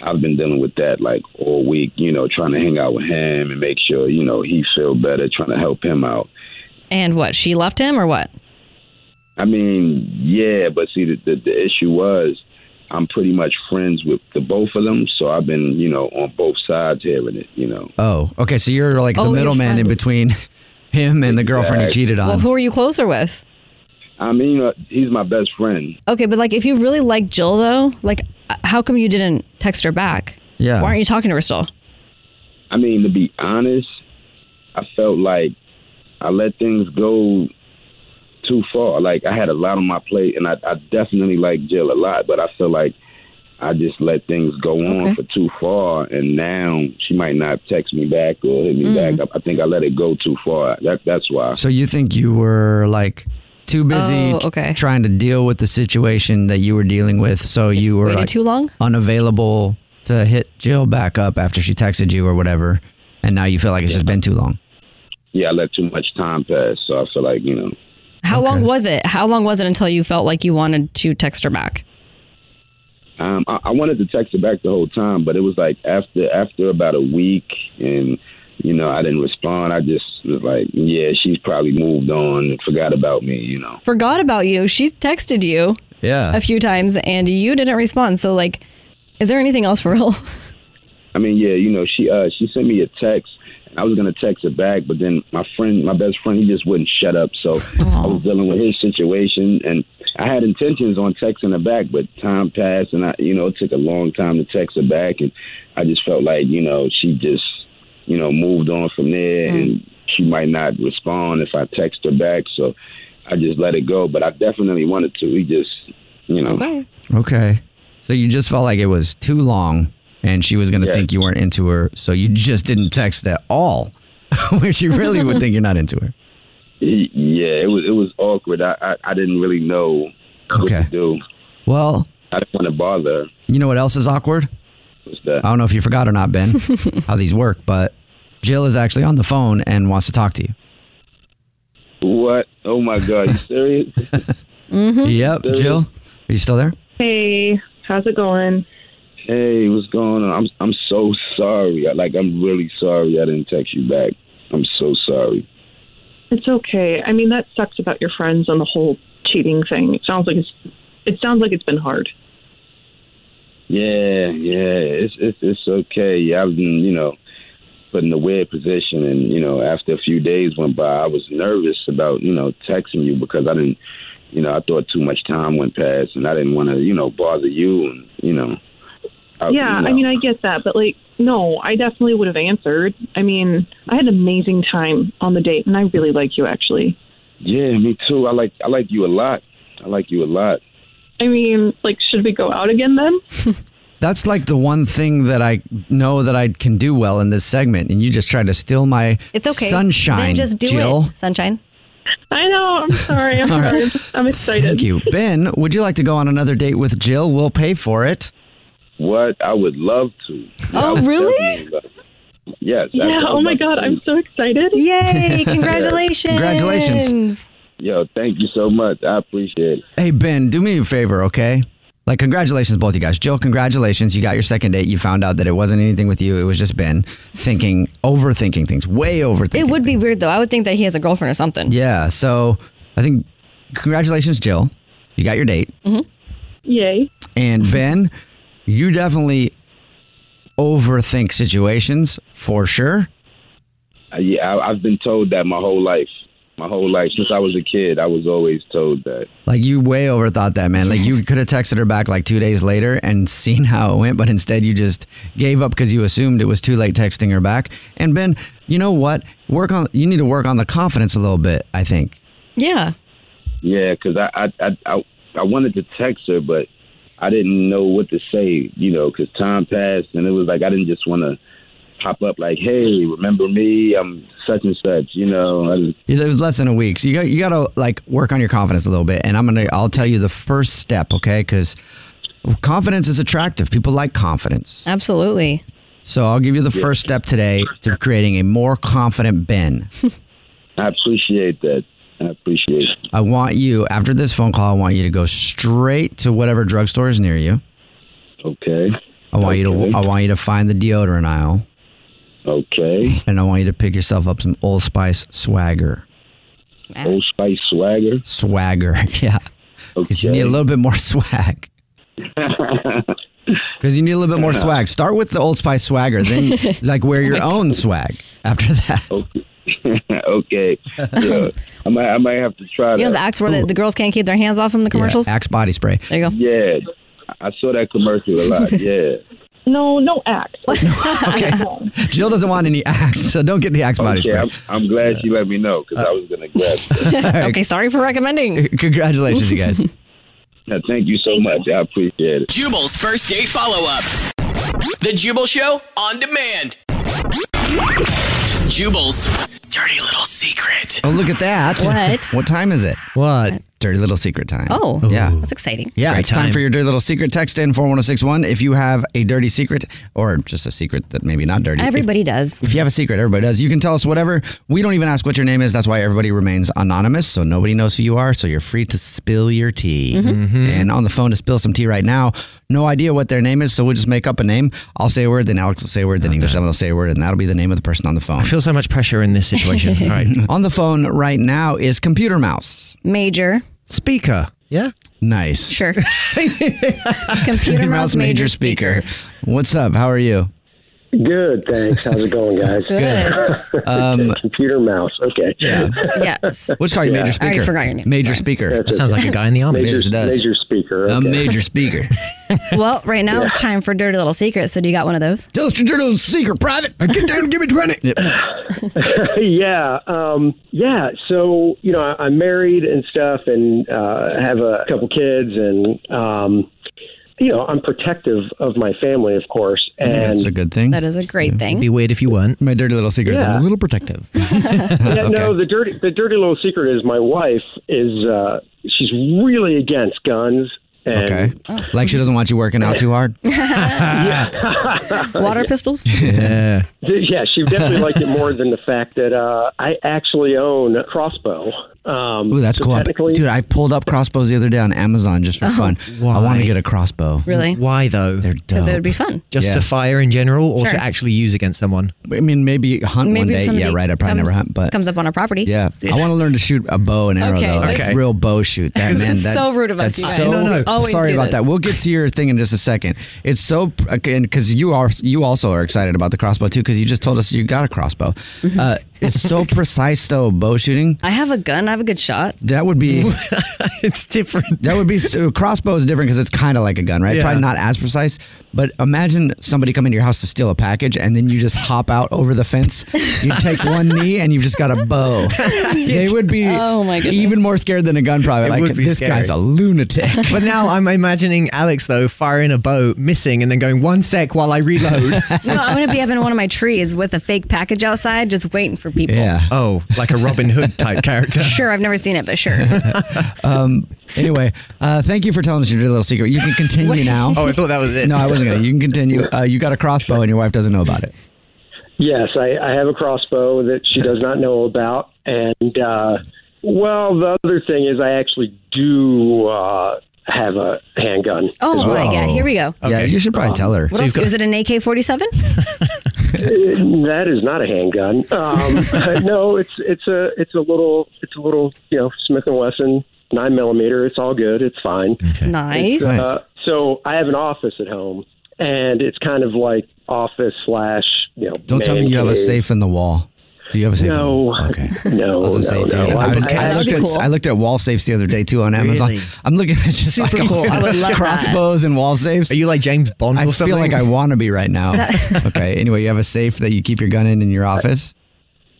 [SPEAKER 22] I've been dealing with that like all week, you know, trying to hang out with him and make sure, you know, he feel better, trying to help him out.
[SPEAKER 2] And what? She left him or what?
[SPEAKER 22] I mean, yeah, but see, the, the, the issue was I'm pretty much friends with the both of them, so I've been, you know, on both sides hearing it, you know.
[SPEAKER 1] Oh, okay. So you're like
[SPEAKER 2] Oh,
[SPEAKER 1] the
[SPEAKER 2] you're
[SPEAKER 1] middleman in
[SPEAKER 2] friends.
[SPEAKER 1] between him and the girlfriend he cheated
[SPEAKER 2] Well,
[SPEAKER 1] on.
[SPEAKER 2] who are you closer with?
[SPEAKER 22] I mean, you know, he's my best friend.
[SPEAKER 2] Okay, but like if you really like Jill though, like uh, how come you didn't text her back?
[SPEAKER 22] Yeah.
[SPEAKER 2] Why aren't you talking to her still?
[SPEAKER 22] I mean, to be honest, I felt like I let things go too far. Like I had a lot on my plate, and I, I definitely like Jill a lot, but I feel like I just let things go on
[SPEAKER 3] Okay.
[SPEAKER 22] for too far, and now she might not text me back or hit me
[SPEAKER 1] Mm.
[SPEAKER 22] back. I, I think I let it go too far. That that's why.
[SPEAKER 1] So you think you were like too busy
[SPEAKER 2] Oh, okay.
[SPEAKER 1] trying to deal with the situation that you were dealing with, so you were
[SPEAKER 2] Waited
[SPEAKER 1] like,
[SPEAKER 2] too long?
[SPEAKER 1] unavailable to hit Jill back up after she texted you or whatever, and now you feel like it's just been too long.
[SPEAKER 22] Yeah, I let too much time pass, so I feel like you know.
[SPEAKER 2] How long was it? How long was it until you felt like you wanted to text her back?
[SPEAKER 22] Um, I, I wanted to text her back the whole time, but it was like after after about a week, and you know I didn't respond. I just was like, yeah, she's probably moved on and forgot about me. You know.
[SPEAKER 2] Forgot about you. She texted you
[SPEAKER 22] Yeah.
[SPEAKER 2] a few times and you didn't respond. So like is there anything else for real?
[SPEAKER 22] I mean, yeah, you know, she uh she sent me a text. I was gonna text her back, but then my friend, my best friend, he just wouldn't shut up. So I was dealing with his situation, and I had intentions on texting her back, but time passed, and I, you know, it took a long time to text her back, and I just felt like, you know, she just, you know, moved on from there, and she might not respond if I text her back. So I just let it go, but I definitely wanted to. We just, you know,
[SPEAKER 1] Okay. So you just felt like it was too long and she was going to think you weren't into her. So you just didn't text at all, where she really would think you're not into her.
[SPEAKER 22] Y- Yeah, it was it was awkward. I I, I didn't really know what to do.
[SPEAKER 1] Well,
[SPEAKER 22] I didn't want to bother. her.
[SPEAKER 1] you know what else is awkward?
[SPEAKER 22] What's that?
[SPEAKER 1] I don't know if you forgot or not, Ben, how these work, but Jill is actually on the phone and wants to talk to you.
[SPEAKER 22] What? Oh my God! You serious? Mm-hmm.
[SPEAKER 1] Yep. Jill, are you still there?
[SPEAKER 21] Hey, how's it going?
[SPEAKER 22] hey, what's going on? I'm I'm so sorry. I- Like I'm really sorry. I didn't text you back. I'm so sorry.
[SPEAKER 21] It's okay. I mean, that sucks about your friends and the whole cheating thing. It sounds like it's it sounds like it's been hard.
[SPEAKER 22] Yeah, yeah. It's it's it's okay. Yeah, I've been you know put in a weird position, and you know after a few days went by, I was nervous about you know texting you because I didn't. You know, I thought too much time went past, and I didn't want to, you know, bother you, and you know.
[SPEAKER 1] Uh,
[SPEAKER 22] I-
[SPEAKER 21] yeah,
[SPEAKER 22] you know.
[SPEAKER 21] I mean, I get that, but like, no, I definitely would have answered. I mean, I had an amazing time on the date, and I really like you actually.
[SPEAKER 22] Yeah, me too. I like I like you a lot. I like you a lot.
[SPEAKER 21] I mean, like, should we go out again then?
[SPEAKER 1] That's like the one thing that I know that I can do well in this segment, and you just try to steal my
[SPEAKER 2] It's okay.
[SPEAKER 1] sunshine.
[SPEAKER 2] Then just do
[SPEAKER 1] Jill.
[SPEAKER 2] it. Sunshine.
[SPEAKER 21] I know. I'm sorry. I'm
[SPEAKER 1] All right.
[SPEAKER 21] sorry. I'm excited.
[SPEAKER 1] Thank you. Ben, would you like to go on another date with Jill? We'll pay for it.
[SPEAKER 22] What? I would love to.
[SPEAKER 2] Oh, really?
[SPEAKER 22] Yes. I-
[SPEAKER 21] Yeah.
[SPEAKER 22] I
[SPEAKER 21] Oh
[SPEAKER 22] would
[SPEAKER 21] my
[SPEAKER 22] love
[SPEAKER 21] God.
[SPEAKER 22] to.
[SPEAKER 21] I'm so excited.
[SPEAKER 2] Yay! Congratulations.
[SPEAKER 1] Congratulations.
[SPEAKER 22] Yo, thank you so much. I appreciate it.
[SPEAKER 1] Hey, Ben, do me a favor, okay? Like, congratulations, both you guys. Jill, congratulations. You got your second date. You found out that it wasn't anything with you, it was just Ben thinking, overthinking things, way overthinking.
[SPEAKER 2] It would be weird though. I would think that he has a girlfriend or something.
[SPEAKER 1] Yeah. So I think, congratulations, Jill. You got your date.
[SPEAKER 21] Yay.
[SPEAKER 1] And Ben, you definitely overthink situations for sure.
[SPEAKER 22] Uh, Yeah, I, I've been told that my whole life. My whole life since I was a kid, I was always told that.
[SPEAKER 1] Like you way overthought that, man. Like you could have texted her back like two days later and seen how it went, but instead you just gave up because you assumed it was too late texting her back. And Ben, you know what? Work on you need to work on the confidence a little bit. I think.
[SPEAKER 2] Yeah.
[SPEAKER 22] Yeah, because I, I I I I wanted to text her, but I didn't know what to say. You know, because time passed, and it was like I didn't just want to pop up like, "Hey, remember me? I'm such and such." You know, I just,
[SPEAKER 1] It was less than a week, so you got you got to like work on your confidence a little bit. And I'm gonna I'll tell you the first step, okay? Because confidence is attractive. People like confidence.
[SPEAKER 2] Absolutely.
[SPEAKER 1] So I'll give you the first step today to creating a more confident Ben.
[SPEAKER 22] I appreciate that. I appreciate it.
[SPEAKER 1] I want you, after this phone call, I want you to go straight to whatever drugstore is near you.
[SPEAKER 22] Okay.
[SPEAKER 1] I want you to I want you to find the deodorant aisle.
[SPEAKER 22] Okay.
[SPEAKER 1] And I want you to pick yourself up some Old Spice Swagger.
[SPEAKER 22] Old Spice Swagger.
[SPEAKER 1] Swagger, yeah. Because you need a little bit more swag. Because you need a little bit more
[SPEAKER 22] Yeah.
[SPEAKER 1] swag. Start with the Old Spice Swagger, then like wear your own swag after that.
[SPEAKER 22] okay. Yeah. I might I might have to try
[SPEAKER 2] You know
[SPEAKER 22] that.
[SPEAKER 2] the acts where the, the girls can't keep their hands off them. The commercials.
[SPEAKER 1] Axe body spray.
[SPEAKER 2] There you go.
[SPEAKER 22] Yeah. I saw that commercial a lot. Yeah.
[SPEAKER 2] No, no axe.
[SPEAKER 1] okay. Jill doesn't want any axe, so don't get the axe body
[SPEAKER 22] okay,
[SPEAKER 1] spray.
[SPEAKER 22] I'm, I'm glad you let me know because I was gonna grab.
[SPEAKER 2] okay, sorry for recommending.
[SPEAKER 1] Congratulations, you guys.
[SPEAKER 22] Yeah, thank you so much. I appreciate it.
[SPEAKER 5] Jubal's first date follow up. The Jubal Show on demand. Jubal's dirty little secret.
[SPEAKER 1] Oh, look at that.
[SPEAKER 5] What?
[SPEAKER 1] What time is it?
[SPEAKER 8] What?
[SPEAKER 1] Dirty little secret time.
[SPEAKER 2] Oh,
[SPEAKER 1] Yeah.
[SPEAKER 2] that's exciting.
[SPEAKER 1] Yeah, it's time. for your dirty little secret. Text in 41061 if you have a dirty secret or just a secret that maybe not dirty.
[SPEAKER 2] Everybody does.
[SPEAKER 1] If you have a secret, everybody does. You can tell us whatever. We don't even ask what your name is. That's why everybody remains anonymous. So nobody knows who you are. So you're free to spill your tea.
[SPEAKER 2] Mm-hmm.
[SPEAKER 3] Mhm.
[SPEAKER 8] Mm-hmm.
[SPEAKER 3] Mhm.
[SPEAKER 1] And on the phone to spill some tea right now, no idea what their name is. So we'll just make up a name. I'll say a word, then Alex will say a word, then English 7 will say a word, and that'll be the name of the person on the phone. I
[SPEAKER 8] feel so much pressure in this situation. All right.
[SPEAKER 1] On the phone right now is Computer Mouse.
[SPEAKER 2] Major.
[SPEAKER 8] Speaker. Yeah.
[SPEAKER 1] Nice.
[SPEAKER 2] Sure. Computer mouse major.
[SPEAKER 1] speaker. What's up? How are you?
[SPEAKER 4] Good, thanks. How's it going, guys?
[SPEAKER 1] Good.
[SPEAKER 4] Um, Computer mouse. Okay.
[SPEAKER 1] Yeah.
[SPEAKER 2] Yes.
[SPEAKER 1] Let's call you
[SPEAKER 4] Yeah.
[SPEAKER 1] major speaker. Major speaker.
[SPEAKER 4] That's okay. Major,
[SPEAKER 1] Yes, it does.
[SPEAKER 4] major speaker.
[SPEAKER 1] A
[SPEAKER 4] okay.
[SPEAKER 1] major speaker.
[SPEAKER 2] Well, right now it's time for Dirty Little Secret. So do you got one of those?
[SPEAKER 1] Tell us your dirty little secret, private. Get down and give me twenty.
[SPEAKER 10] Mm-hmm.
[SPEAKER 4] yeah, um, yeah. So you know, I, I'm married and stuff, and uh, have a couple kids, and um, you know, I'm protective of my family, of course.
[SPEAKER 8] I
[SPEAKER 4] And
[SPEAKER 8] think that's a
[SPEAKER 1] good thing.
[SPEAKER 2] That is a great thing.
[SPEAKER 8] Be weird if you weren't.
[SPEAKER 1] My dirty little secret
[SPEAKER 4] is I'm a Yeah.
[SPEAKER 1] little protective.
[SPEAKER 4] yeah, no, the dirty the dirty little secret is my wife is uh, she's really against guns. And
[SPEAKER 1] Okay.
[SPEAKER 2] Oh.
[SPEAKER 1] Like she doesn't want you working out too hard.
[SPEAKER 2] Water pistols?
[SPEAKER 1] Yeah.
[SPEAKER 4] Yeah, she definitely liked it more than the fact that uh, I actually own a crossbow. Um,
[SPEAKER 1] Ooh, that's
[SPEAKER 4] so
[SPEAKER 1] cool. I-
[SPEAKER 4] technically-
[SPEAKER 1] Dude, I pulled up crossbows the other day on Amazon just for
[SPEAKER 4] Oh.
[SPEAKER 1] fun. I want to get a crossbow.
[SPEAKER 2] Really?
[SPEAKER 8] Why though?
[SPEAKER 1] They're
[SPEAKER 2] Because
[SPEAKER 1] dope.
[SPEAKER 2] it would be fun.
[SPEAKER 8] Just to fire in general or
[SPEAKER 2] Sure.
[SPEAKER 8] to actually use against someone?
[SPEAKER 1] I mean, maybe hunt
[SPEAKER 2] Maybe if
[SPEAKER 1] one day.
[SPEAKER 2] somebody
[SPEAKER 1] Yeah, right. I probably
[SPEAKER 2] comes,
[SPEAKER 1] never hunt, but
[SPEAKER 2] comes up on our property.
[SPEAKER 1] yeah, I want to learn to shoot a bow and arrow
[SPEAKER 2] Okay,
[SPEAKER 1] though, like
[SPEAKER 2] Okay.
[SPEAKER 1] real bow shoot. That
[SPEAKER 2] This
[SPEAKER 1] man,
[SPEAKER 2] is
[SPEAKER 1] that-
[SPEAKER 2] so rude of us, you
[SPEAKER 1] That's so.
[SPEAKER 2] guys. No, no. Always
[SPEAKER 1] sorry
[SPEAKER 2] do
[SPEAKER 1] about
[SPEAKER 2] this.
[SPEAKER 1] that. We'll get to your thing in just a second. It's so again because you are you also are excited about the crossbow too because you just told us you got a crossbow. Uh, it's so precise though bow shooting.
[SPEAKER 2] Mm-hmm. I have a gun. I have a good shot.
[SPEAKER 1] That would be.
[SPEAKER 8] it's different.
[SPEAKER 1] That would be so crossbow is different because it's kind of like a gun, right?
[SPEAKER 8] Yeah.
[SPEAKER 1] Probably not as precise. But imagine somebody coming to your house to steal a package, and then you just hop out over the fence. You take one knee, and you've just got a bow. They would be
[SPEAKER 8] Oh, my goodness.
[SPEAKER 1] even more scared than a gun, probably.
[SPEAKER 8] It
[SPEAKER 1] like
[SPEAKER 8] would be
[SPEAKER 1] this
[SPEAKER 8] scary.
[SPEAKER 1] guy's a lunatic.
[SPEAKER 8] but now I'm imagining Alex though firing a bow, missing, and then going one sec while I reload.
[SPEAKER 2] No, I'm going to be up in one of my trees with a fake package outside just waiting for people.
[SPEAKER 8] Oh, like a Robin Hood type character.
[SPEAKER 2] Sure, I've never seen it, but sure.
[SPEAKER 1] Um, anyway, uh, thank you for telling us your little secret. You can continue now.
[SPEAKER 8] Oh, I thought that was it.
[SPEAKER 1] No, I wasn't gonna. You can continue. Uh, you got a crossbow, and your wife doesn't know about it.
[SPEAKER 4] Yes, I, I have a crossbow that she does not know about, and uh, well, the other thing is I actually do uh, have a handgun.
[SPEAKER 2] Oh,
[SPEAKER 4] as
[SPEAKER 2] my
[SPEAKER 4] well.
[SPEAKER 2] God. Here we go.
[SPEAKER 1] Yeah, you should probably tell her.
[SPEAKER 2] What else? Is it an AK 47?
[SPEAKER 4] Uh, that is not a handgun. Um, no, it's it's a it's a little it's a little you know Smith and Wesson nine millimeter. It's all good. It's fine.
[SPEAKER 2] Nice.
[SPEAKER 4] It's, Uh, so I have an office at home, and it's kind of like office slash you know.
[SPEAKER 1] Don't tell me
[SPEAKER 4] man
[SPEAKER 1] you have a
[SPEAKER 4] cave.
[SPEAKER 1] safe in the wall. Do you have a safe? in the
[SPEAKER 4] No,
[SPEAKER 1] I
[SPEAKER 4] no,
[SPEAKER 1] was gonna say,
[SPEAKER 4] no,
[SPEAKER 1] dude,
[SPEAKER 4] no.
[SPEAKER 1] I,
[SPEAKER 4] I'm-
[SPEAKER 1] I looked at, I looked at wall safes the other day too on Amazon.
[SPEAKER 4] Really?
[SPEAKER 1] I'm looking at just
[SPEAKER 4] Super
[SPEAKER 1] like
[SPEAKER 4] cool. I would love that.
[SPEAKER 1] crossbows and wall safes. Are
[SPEAKER 8] you like James Bond
[SPEAKER 1] I
[SPEAKER 8] or something?
[SPEAKER 1] feel like I want to be right now. okay. Anyway, you have a safe that you keep your gun in in your office.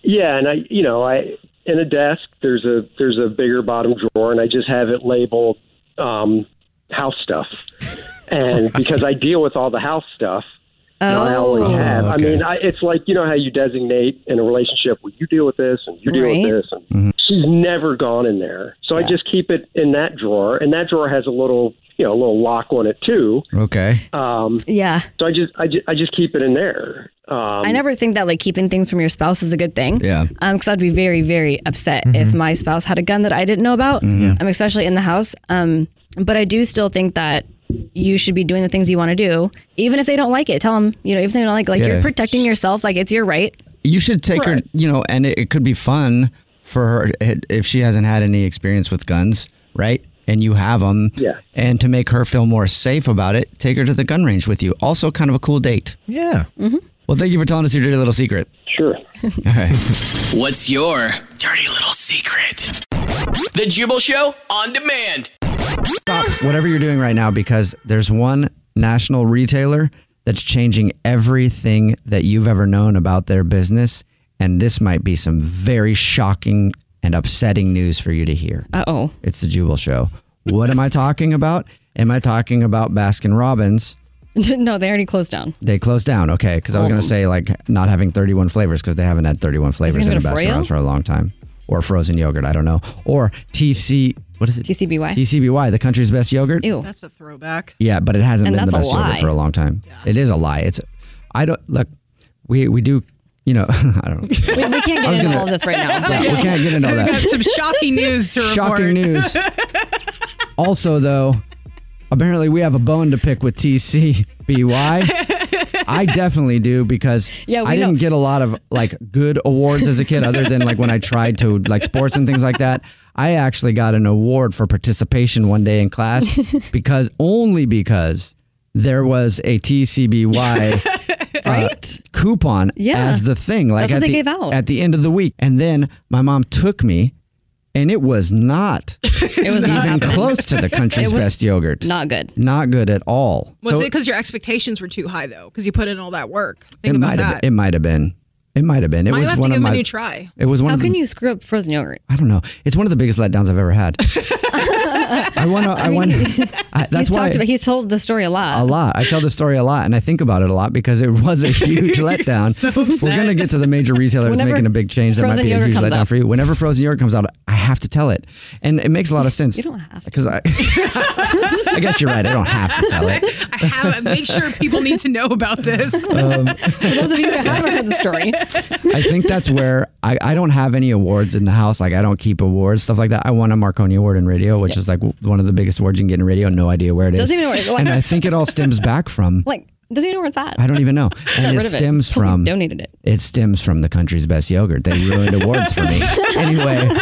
[SPEAKER 4] Yeah, and I, you know, I in a desk there's a there's a bigger bottom drawer, and I just have it labeled um, house stuff, and because I deal with all the house stuff. and I always
[SPEAKER 2] Oh.
[SPEAKER 4] have.
[SPEAKER 2] Oh,
[SPEAKER 4] I mean, I, it's like you know how you designate in a relationship. Well, you deal with this, and you deal
[SPEAKER 2] Right.
[SPEAKER 4] with this. And She's never gone in there, so I just keep it in that drawer, and that drawer has a little, you know, a little lock on it too.
[SPEAKER 1] Okay.
[SPEAKER 4] Um,
[SPEAKER 2] yeah.
[SPEAKER 4] So I just, I just, I just keep it in there. Um,
[SPEAKER 2] I never think that like keeping things from your spouse is a good thing.
[SPEAKER 4] Yeah.
[SPEAKER 2] Um, because I'd be very, very upset
[SPEAKER 1] Mm-hmm.
[SPEAKER 2] if my spouse had a gun that I didn't know about.
[SPEAKER 23] Mhm.
[SPEAKER 2] Um, especially in the house. Um, but I do still think that you should be doing the things you want to do, even if they don't like it. Tell them, you know, if they don't like, like
[SPEAKER 1] Yeah.
[SPEAKER 2] you're protecting yourself, like it's your right.
[SPEAKER 1] You should take her, you know, and it, it could be fun for her i- if she hasn't had any experience with guns, right? And you have them. Yeah. And to make her feel more safe about it, take her to the gun range with you. Also, kind of a cool date.
[SPEAKER 8] Yeah.
[SPEAKER 1] Well, thank you for telling us your dirty little secret.
[SPEAKER 12] Sure.
[SPEAKER 1] All right.
[SPEAKER 5] What's your dirty little secret? The Jubal Show on demand.
[SPEAKER 1] Whatever you're doing right now, because there's one national retailer that's changing everything that you've ever known about their business. And this might be some very shocking and upsetting news for you to hear.
[SPEAKER 2] Uh oh.
[SPEAKER 1] It's the Jubal Show. What am I talking about? Am I talking about Baskin Robbins?
[SPEAKER 2] no, they already closed down.
[SPEAKER 1] They closed down, okay? Because I was
[SPEAKER 3] Oh.
[SPEAKER 1] going to say like not having 31 flavors because they haven't had 31 flavors
[SPEAKER 2] gonna
[SPEAKER 1] in
[SPEAKER 2] go to
[SPEAKER 1] Baskin
[SPEAKER 2] Froyo?
[SPEAKER 1] Robbins for a long time, or frozen yogurt. I don't know, or TC. What is it?
[SPEAKER 2] TCBY.
[SPEAKER 1] TCBY, the country's best yogurt.
[SPEAKER 2] Ew.
[SPEAKER 3] That's a throwback.
[SPEAKER 1] Yeah, but it hasn't
[SPEAKER 3] And
[SPEAKER 1] been the
[SPEAKER 3] that's a
[SPEAKER 1] best yogurt
[SPEAKER 3] lie.
[SPEAKER 1] for a long time. It is a lie. It's I don't look. We we do. You know, I don't. know.
[SPEAKER 2] We, we can't
[SPEAKER 1] I
[SPEAKER 2] get
[SPEAKER 1] was
[SPEAKER 2] into
[SPEAKER 1] gonna-
[SPEAKER 2] all of this right now.
[SPEAKER 1] Yeah, we can't get into all
[SPEAKER 3] We've got
[SPEAKER 1] that.
[SPEAKER 3] some shocking news to report.
[SPEAKER 1] Shocking news. Also, though, apparently we have a bone to pick with TCBY. I definitely do because
[SPEAKER 2] Yeah, we
[SPEAKER 1] I didn't
[SPEAKER 2] know.
[SPEAKER 1] get a lot of like good awards as a kid, other than like when I tried to like sports and things like that. I actually got an award for participation one day in class because only because there was a TCBY right? uh, coupon
[SPEAKER 2] Yeah.
[SPEAKER 1] as the thing. Like
[SPEAKER 2] That's what
[SPEAKER 1] at
[SPEAKER 2] they
[SPEAKER 1] the,
[SPEAKER 2] gave out.
[SPEAKER 1] at the end of the week, and then my mom took me, and it was not
[SPEAKER 3] It was
[SPEAKER 1] even close to the country's
[SPEAKER 3] It was
[SPEAKER 1] best yogurt.
[SPEAKER 2] Not good.
[SPEAKER 1] Not good at all.
[SPEAKER 3] Was
[SPEAKER 1] So
[SPEAKER 3] it because your expectations were too high though? Because you put in all that work. Think
[SPEAKER 1] it
[SPEAKER 3] about
[SPEAKER 1] might
[SPEAKER 3] that.
[SPEAKER 1] have. It might have been. It might have been. It
[SPEAKER 3] Might
[SPEAKER 1] was
[SPEAKER 3] have to
[SPEAKER 1] one
[SPEAKER 3] give
[SPEAKER 1] of
[SPEAKER 3] him a
[SPEAKER 1] my.
[SPEAKER 3] new try.
[SPEAKER 1] It was one
[SPEAKER 2] How
[SPEAKER 1] of the.
[SPEAKER 2] can you screw up frozen yogurt?
[SPEAKER 1] I don't know. It's one of the biggest letdowns I've ever had. I want to. I, want. I, that's
[SPEAKER 2] he's
[SPEAKER 1] why
[SPEAKER 2] talked about, uh, he's told the story a lot.
[SPEAKER 1] a lot. I tell the story a lot, and I think about it a lot because it was a huge letdown. We're gonna get to the major retailer that's
[SPEAKER 2] Whenever
[SPEAKER 1] making a big change that might
[SPEAKER 2] frozen
[SPEAKER 1] be a
[SPEAKER 2] yogurt
[SPEAKER 1] huge
[SPEAKER 2] comes
[SPEAKER 1] letdown
[SPEAKER 2] out.
[SPEAKER 1] for you. Whenever frozen yogurt comes out, I have to tell it, and it makes a lot of sense. You
[SPEAKER 2] don't have
[SPEAKER 1] because I. I guess you're right. I don't have to tell it.
[SPEAKER 3] I have. Make sure people need to know about this.
[SPEAKER 1] Um,
[SPEAKER 3] For those
[SPEAKER 2] of you that haven't heard the story,
[SPEAKER 1] I think that's where I, I don't have any awards in the house. Like I don't keep awards, stuff like that. I won a Marconi Award in radio, which is like w- one of the biggest awards you can get in radio. No idea where it is.
[SPEAKER 2] Doesn't even know where-
[SPEAKER 1] and I think it all stems back from.
[SPEAKER 2] Like, doesn't even know where it's at.
[SPEAKER 1] I don't even know.
[SPEAKER 2] Got
[SPEAKER 1] And it
[SPEAKER 2] rid of it.
[SPEAKER 1] stems
[SPEAKER 2] Totally
[SPEAKER 1] from
[SPEAKER 2] donated it.
[SPEAKER 1] It stems from the country's best yogurt. They ruined awards for me. Anyway.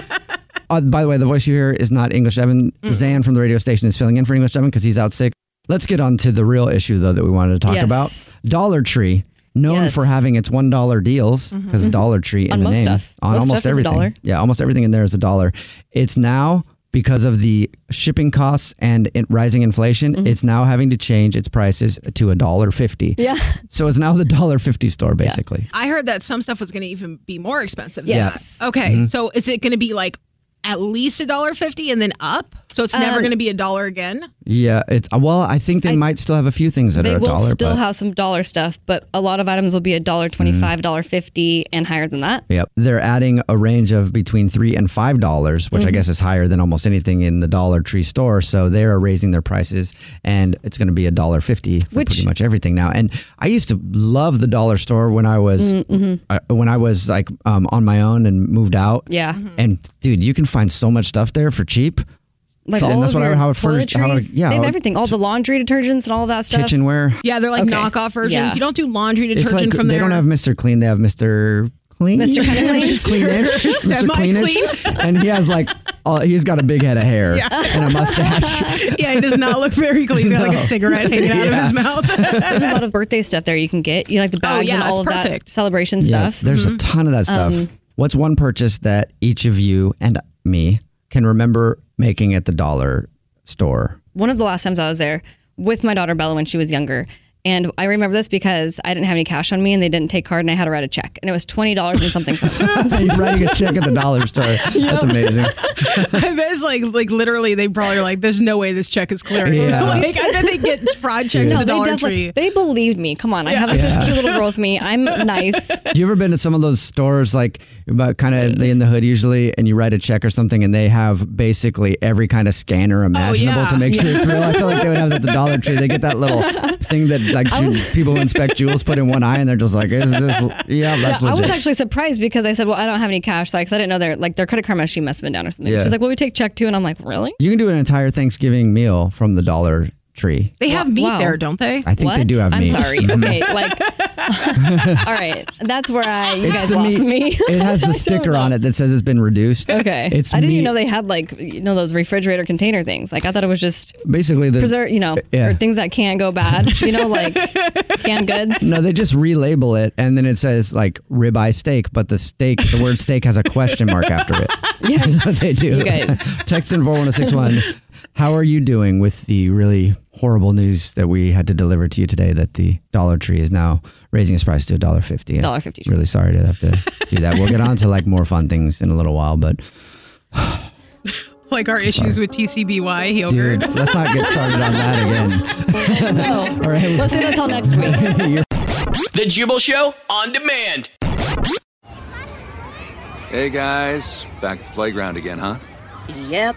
[SPEAKER 1] Uh, by the way, the voice you hear is not English Evan. Zan from the radio station is filling in for English Evan because he's out sick. Let's get on to the real issue, though, that we wanted to talk
[SPEAKER 2] Yes.
[SPEAKER 1] about. Dollar Tree, known for having its $1 deals, because Dollar Tree in
[SPEAKER 2] Mm-hmm. On
[SPEAKER 1] the
[SPEAKER 2] most
[SPEAKER 1] name.
[SPEAKER 2] stuff.
[SPEAKER 1] On
[SPEAKER 2] Most
[SPEAKER 1] almost
[SPEAKER 2] stuff is a
[SPEAKER 1] everything.
[SPEAKER 2] dollar.
[SPEAKER 1] Yeah, almost everything in there is a dollar. It's now because of the shipping costs and in- rising inflation,
[SPEAKER 2] Mm-hmm.
[SPEAKER 1] it's now having to change its prices to a dollar fifty.
[SPEAKER 3] Yeah.
[SPEAKER 1] So it's now the dollar fifty store basically.
[SPEAKER 3] I heard that some stuff was going to even be more expensive. than
[SPEAKER 1] Yes.
[SPEAKER 3] that. Okay.
[SPEAKER 1] Mhm.
[SPEAKER 3] So is it going to be like at least a dollar fifty and then up? So it's never
[SPEAKER 2] Um,
[SPEAKER 3] going to be a dollar again.
[SPEAKER 1] Yeah. it's uh, well, I think they might still have a few things that
[SPEAKER 2] they
[SPEAKER 1] are a
[SPEAKER 2] will
[SPEAKER 1] dollar,
[SPEAKER 2] still
[SPEAKER 1] but
[SPEAKER 2] have some dollar stuff, but a lot of items will be a dollar
[SPEAKER 1] Mm-hmm.
[SPEAKER 2] twenty-five, dollar fifty, and higher than that.
[SPEAKER 1] Yep. They're adding a range of between three and five dollars, which I
[SPEAKER 2] Mhm.
[SPEAKER 1] guess is higher than almost anything in the Dollar Tree store. So they are raising their prices, and it's going to be a dollar fifty for
[SPEAKER 2] Which-
[SPEAKER 1] pretty much everything now. And I used to love the dollar store when I was
[SPEAKER 2] Mm, mhm.
[SPEAKER 1] I, when I was like um, on my own and moved out.
[SPEAKER 2] Yeah.
[SPEAKER 1] And dude, you can find so much stuff there for cheap.
[SPEAKER 2] Like
[SPEAKER 1] and
[SPEAKER 2] all
[SPEAKER 1] that's
[SPEAKER 2] of
[SPEAKER 1] what I
[SPEAKER 2] your
[SPEAKER 1] how it first how I-
[SPEAKER 2] toiletries.
[SPEAKER 1] yeah
[SPEAKER 2] they
[SPEAKER 1] how
[SPEAKER 2] have
[SPEAKER 1] it-
[SPEAKER 2] everything, all the laundry detergents and all that stuff.
[SPEAKER 1] Kitchenware.
[SPEAKER 3] Yeah, they're like
[SPEAKER 2] Okay.
[SPEAKER 3] knockoff versions.
[SPEAKER 2] Yeah.
[SPEAKER 3] You don't do laundry
[SPEAKER 1] It's
[SPEAKER 3] detergent
[SPEAKER 1] like
[SPEAKER 3] from
[SPEAKER 1] they
[SPEAKER 3] there.
[SPEAKER 1] don't have Mr. Clean, they have Mr. Clean.
[SPEAKER 3] Mr. Kinda Clean.
[SPEAKER 1] Mr. Cleanish. Mr.
[SPEAKER 3] Semi-clean.
[SPEAKER 1] Cleanish. And he has like, all, he's got a big head of hair
[SPEAKER 3] Yeah.
[SPEAKER 1] and a mustache.
[SPEAKER 3] yeah, he does not look very clean. He's got like
[SPEAKER 1] No.
[SPEAKER 3] a cigarette hanging out of
[SPEAKER 1] Yeah.
[SPEAKER 3] his mouth. Oh,
[SPEAKER 2] There's a lot of birthday stuff there you can get. You know, like the bags
[SPEAKER 3] yeah,
[SPEAKER 2] and all
[SPEAKER 3] it's
[SPEAKER 2] of
[SPEAKER 3] perfect. Mm-hmm.
[SPEAKER 2] that celebration
[SPEAKER 1] Yeah,
[SPEAKER 2] stuff.
[SPEAKER 1] there's a ton of that stuff.
[SPEAKER 2] Um,
[SPEAKER 1] What's one purchase that each of you and me can remember making at the dollar store?
[SPEAKER 2] one of the last times I was there with my daughter Bella when she was younger. And I remember this because I didn't have any cash on me and they didn't take card and I had to write a check. And it was $20 and something cents.
[SPEAKER 1] You're writing a check at the dollar store. That's amazing.
[SPEAKER 3] I bet it's like like literally they probably are like, there's no way this check is clearing.
[SPEAKER 1] Yeah.
[SPEAKER 3] Like, I bet they get fraud checks
[SPEAKER 2] No, they
[SPEAKER 3] to the Dollar
[SPEAKER 2] definitely-
[SPEAKER 3] Tree.
[SPEAKER 2] They believed me. Come on. I have like,
[SPEAKER 1] Yeah.
[SPEAKER 2] this cute little girl with me. I'm nice.
[SPEAKER 1] You ever been to some of those stores, like about kind of in the hood usually, and you write a check or something, and they have basically every kind of scanner imaginable
[SPEAKER 2] Oh, yeah.
[SPEAKER 1] to make sure
[SPEAKER 2] Yeah.
[SPEAKER 1] it's real? I feel like they would have that at the Dollar Tree. They get that little thing that like
[SPEAKER 2] I
[SPEAKER 1] ju-
[SPEAKER 2] was-
[SPEAKER 1] people who inspect jewels put in one eye, and they're just like, "Is this? Yeah, that's
[SPEAKER 2] No, I
[SPEAKER 1] legit."
[SPEAKER 2] was actually surprised because I said, well, I don't have any cash. Like, 'cause I didn't know their, like, their credit card machine must have been down or something.
[SPEAKER 1] Yeah.
[SPEAKER 2] She's like, well, we take check too. And I'm like, really?
[SPEAKER 1] you can do an entire Thanksgiving meal from the Dollar tree.
[SPEAKER 24] They have meat there, don't they?
[SPEAKER 1] I think they do have
[SPEAKER 2] I'm
[SPEAKER 1] meat.
[SPEAKER 2] sorry.
[SPEAKER 1] Mhm.
[SPEAKER 2] Okay, like, all right. That's where I you
[SPEAKER 1] It's
[SPEAKER 2] guys
[SPEAKER 1] the
[SPEAKER 2] lost
[SPEAKER 1] meat-
[SPEAKER 2] me.
[SPEAKER 1] It has the sticker on it that says it's been reduced.
[SPEAKER 2] Okay.
[SPEAKER 1] It's
[SPEAKER 2] I didn't
[SPEAKER 1] meat.
[SPEAKER 2] even know they had like you know those refrigerator container things. Like I thought it was just
[SPEAKER 1] Basically, the
[SPEAKER 2] preserve, you know,
[SPEAKER 1] yeah.
[SPEAKER 2] or things that can't go bad. You know, like canned goods.
[SPEAKER 1] No, they just relabel it and then it says like ribeye steak, but the steak, the word steak has a question mark after it.
[SPEAKER 2] Yes.
[SPEAKER 1] That's what they do.
[SPEAKER 2] You guys.
[SPEAKER 1] Text in 41061. How are you doing with the really horrible news that we had to deliver to you today that the Dollar Tree is now raising its price to $1.50?
[SPEAKER 2] $1.50,
[SPEAKER 1] Really sorry to have to do that. We'll get on to like more fun things in a little while, but
[SPEAKER 24] Like our issues with TCBY yogurt.
[SPEAKER 1] dude, let's not get started on that again.
[SPEAKER 24] no.
[SPEAKER 1] All right.
[SPEAKER 2] Let's do that till next week.
[SPEAKER 5] The Jubal Show on demand.
[SPEAKER 25] Hey guys, back at the playground again, huh?
[SPEAKER 19] Yep.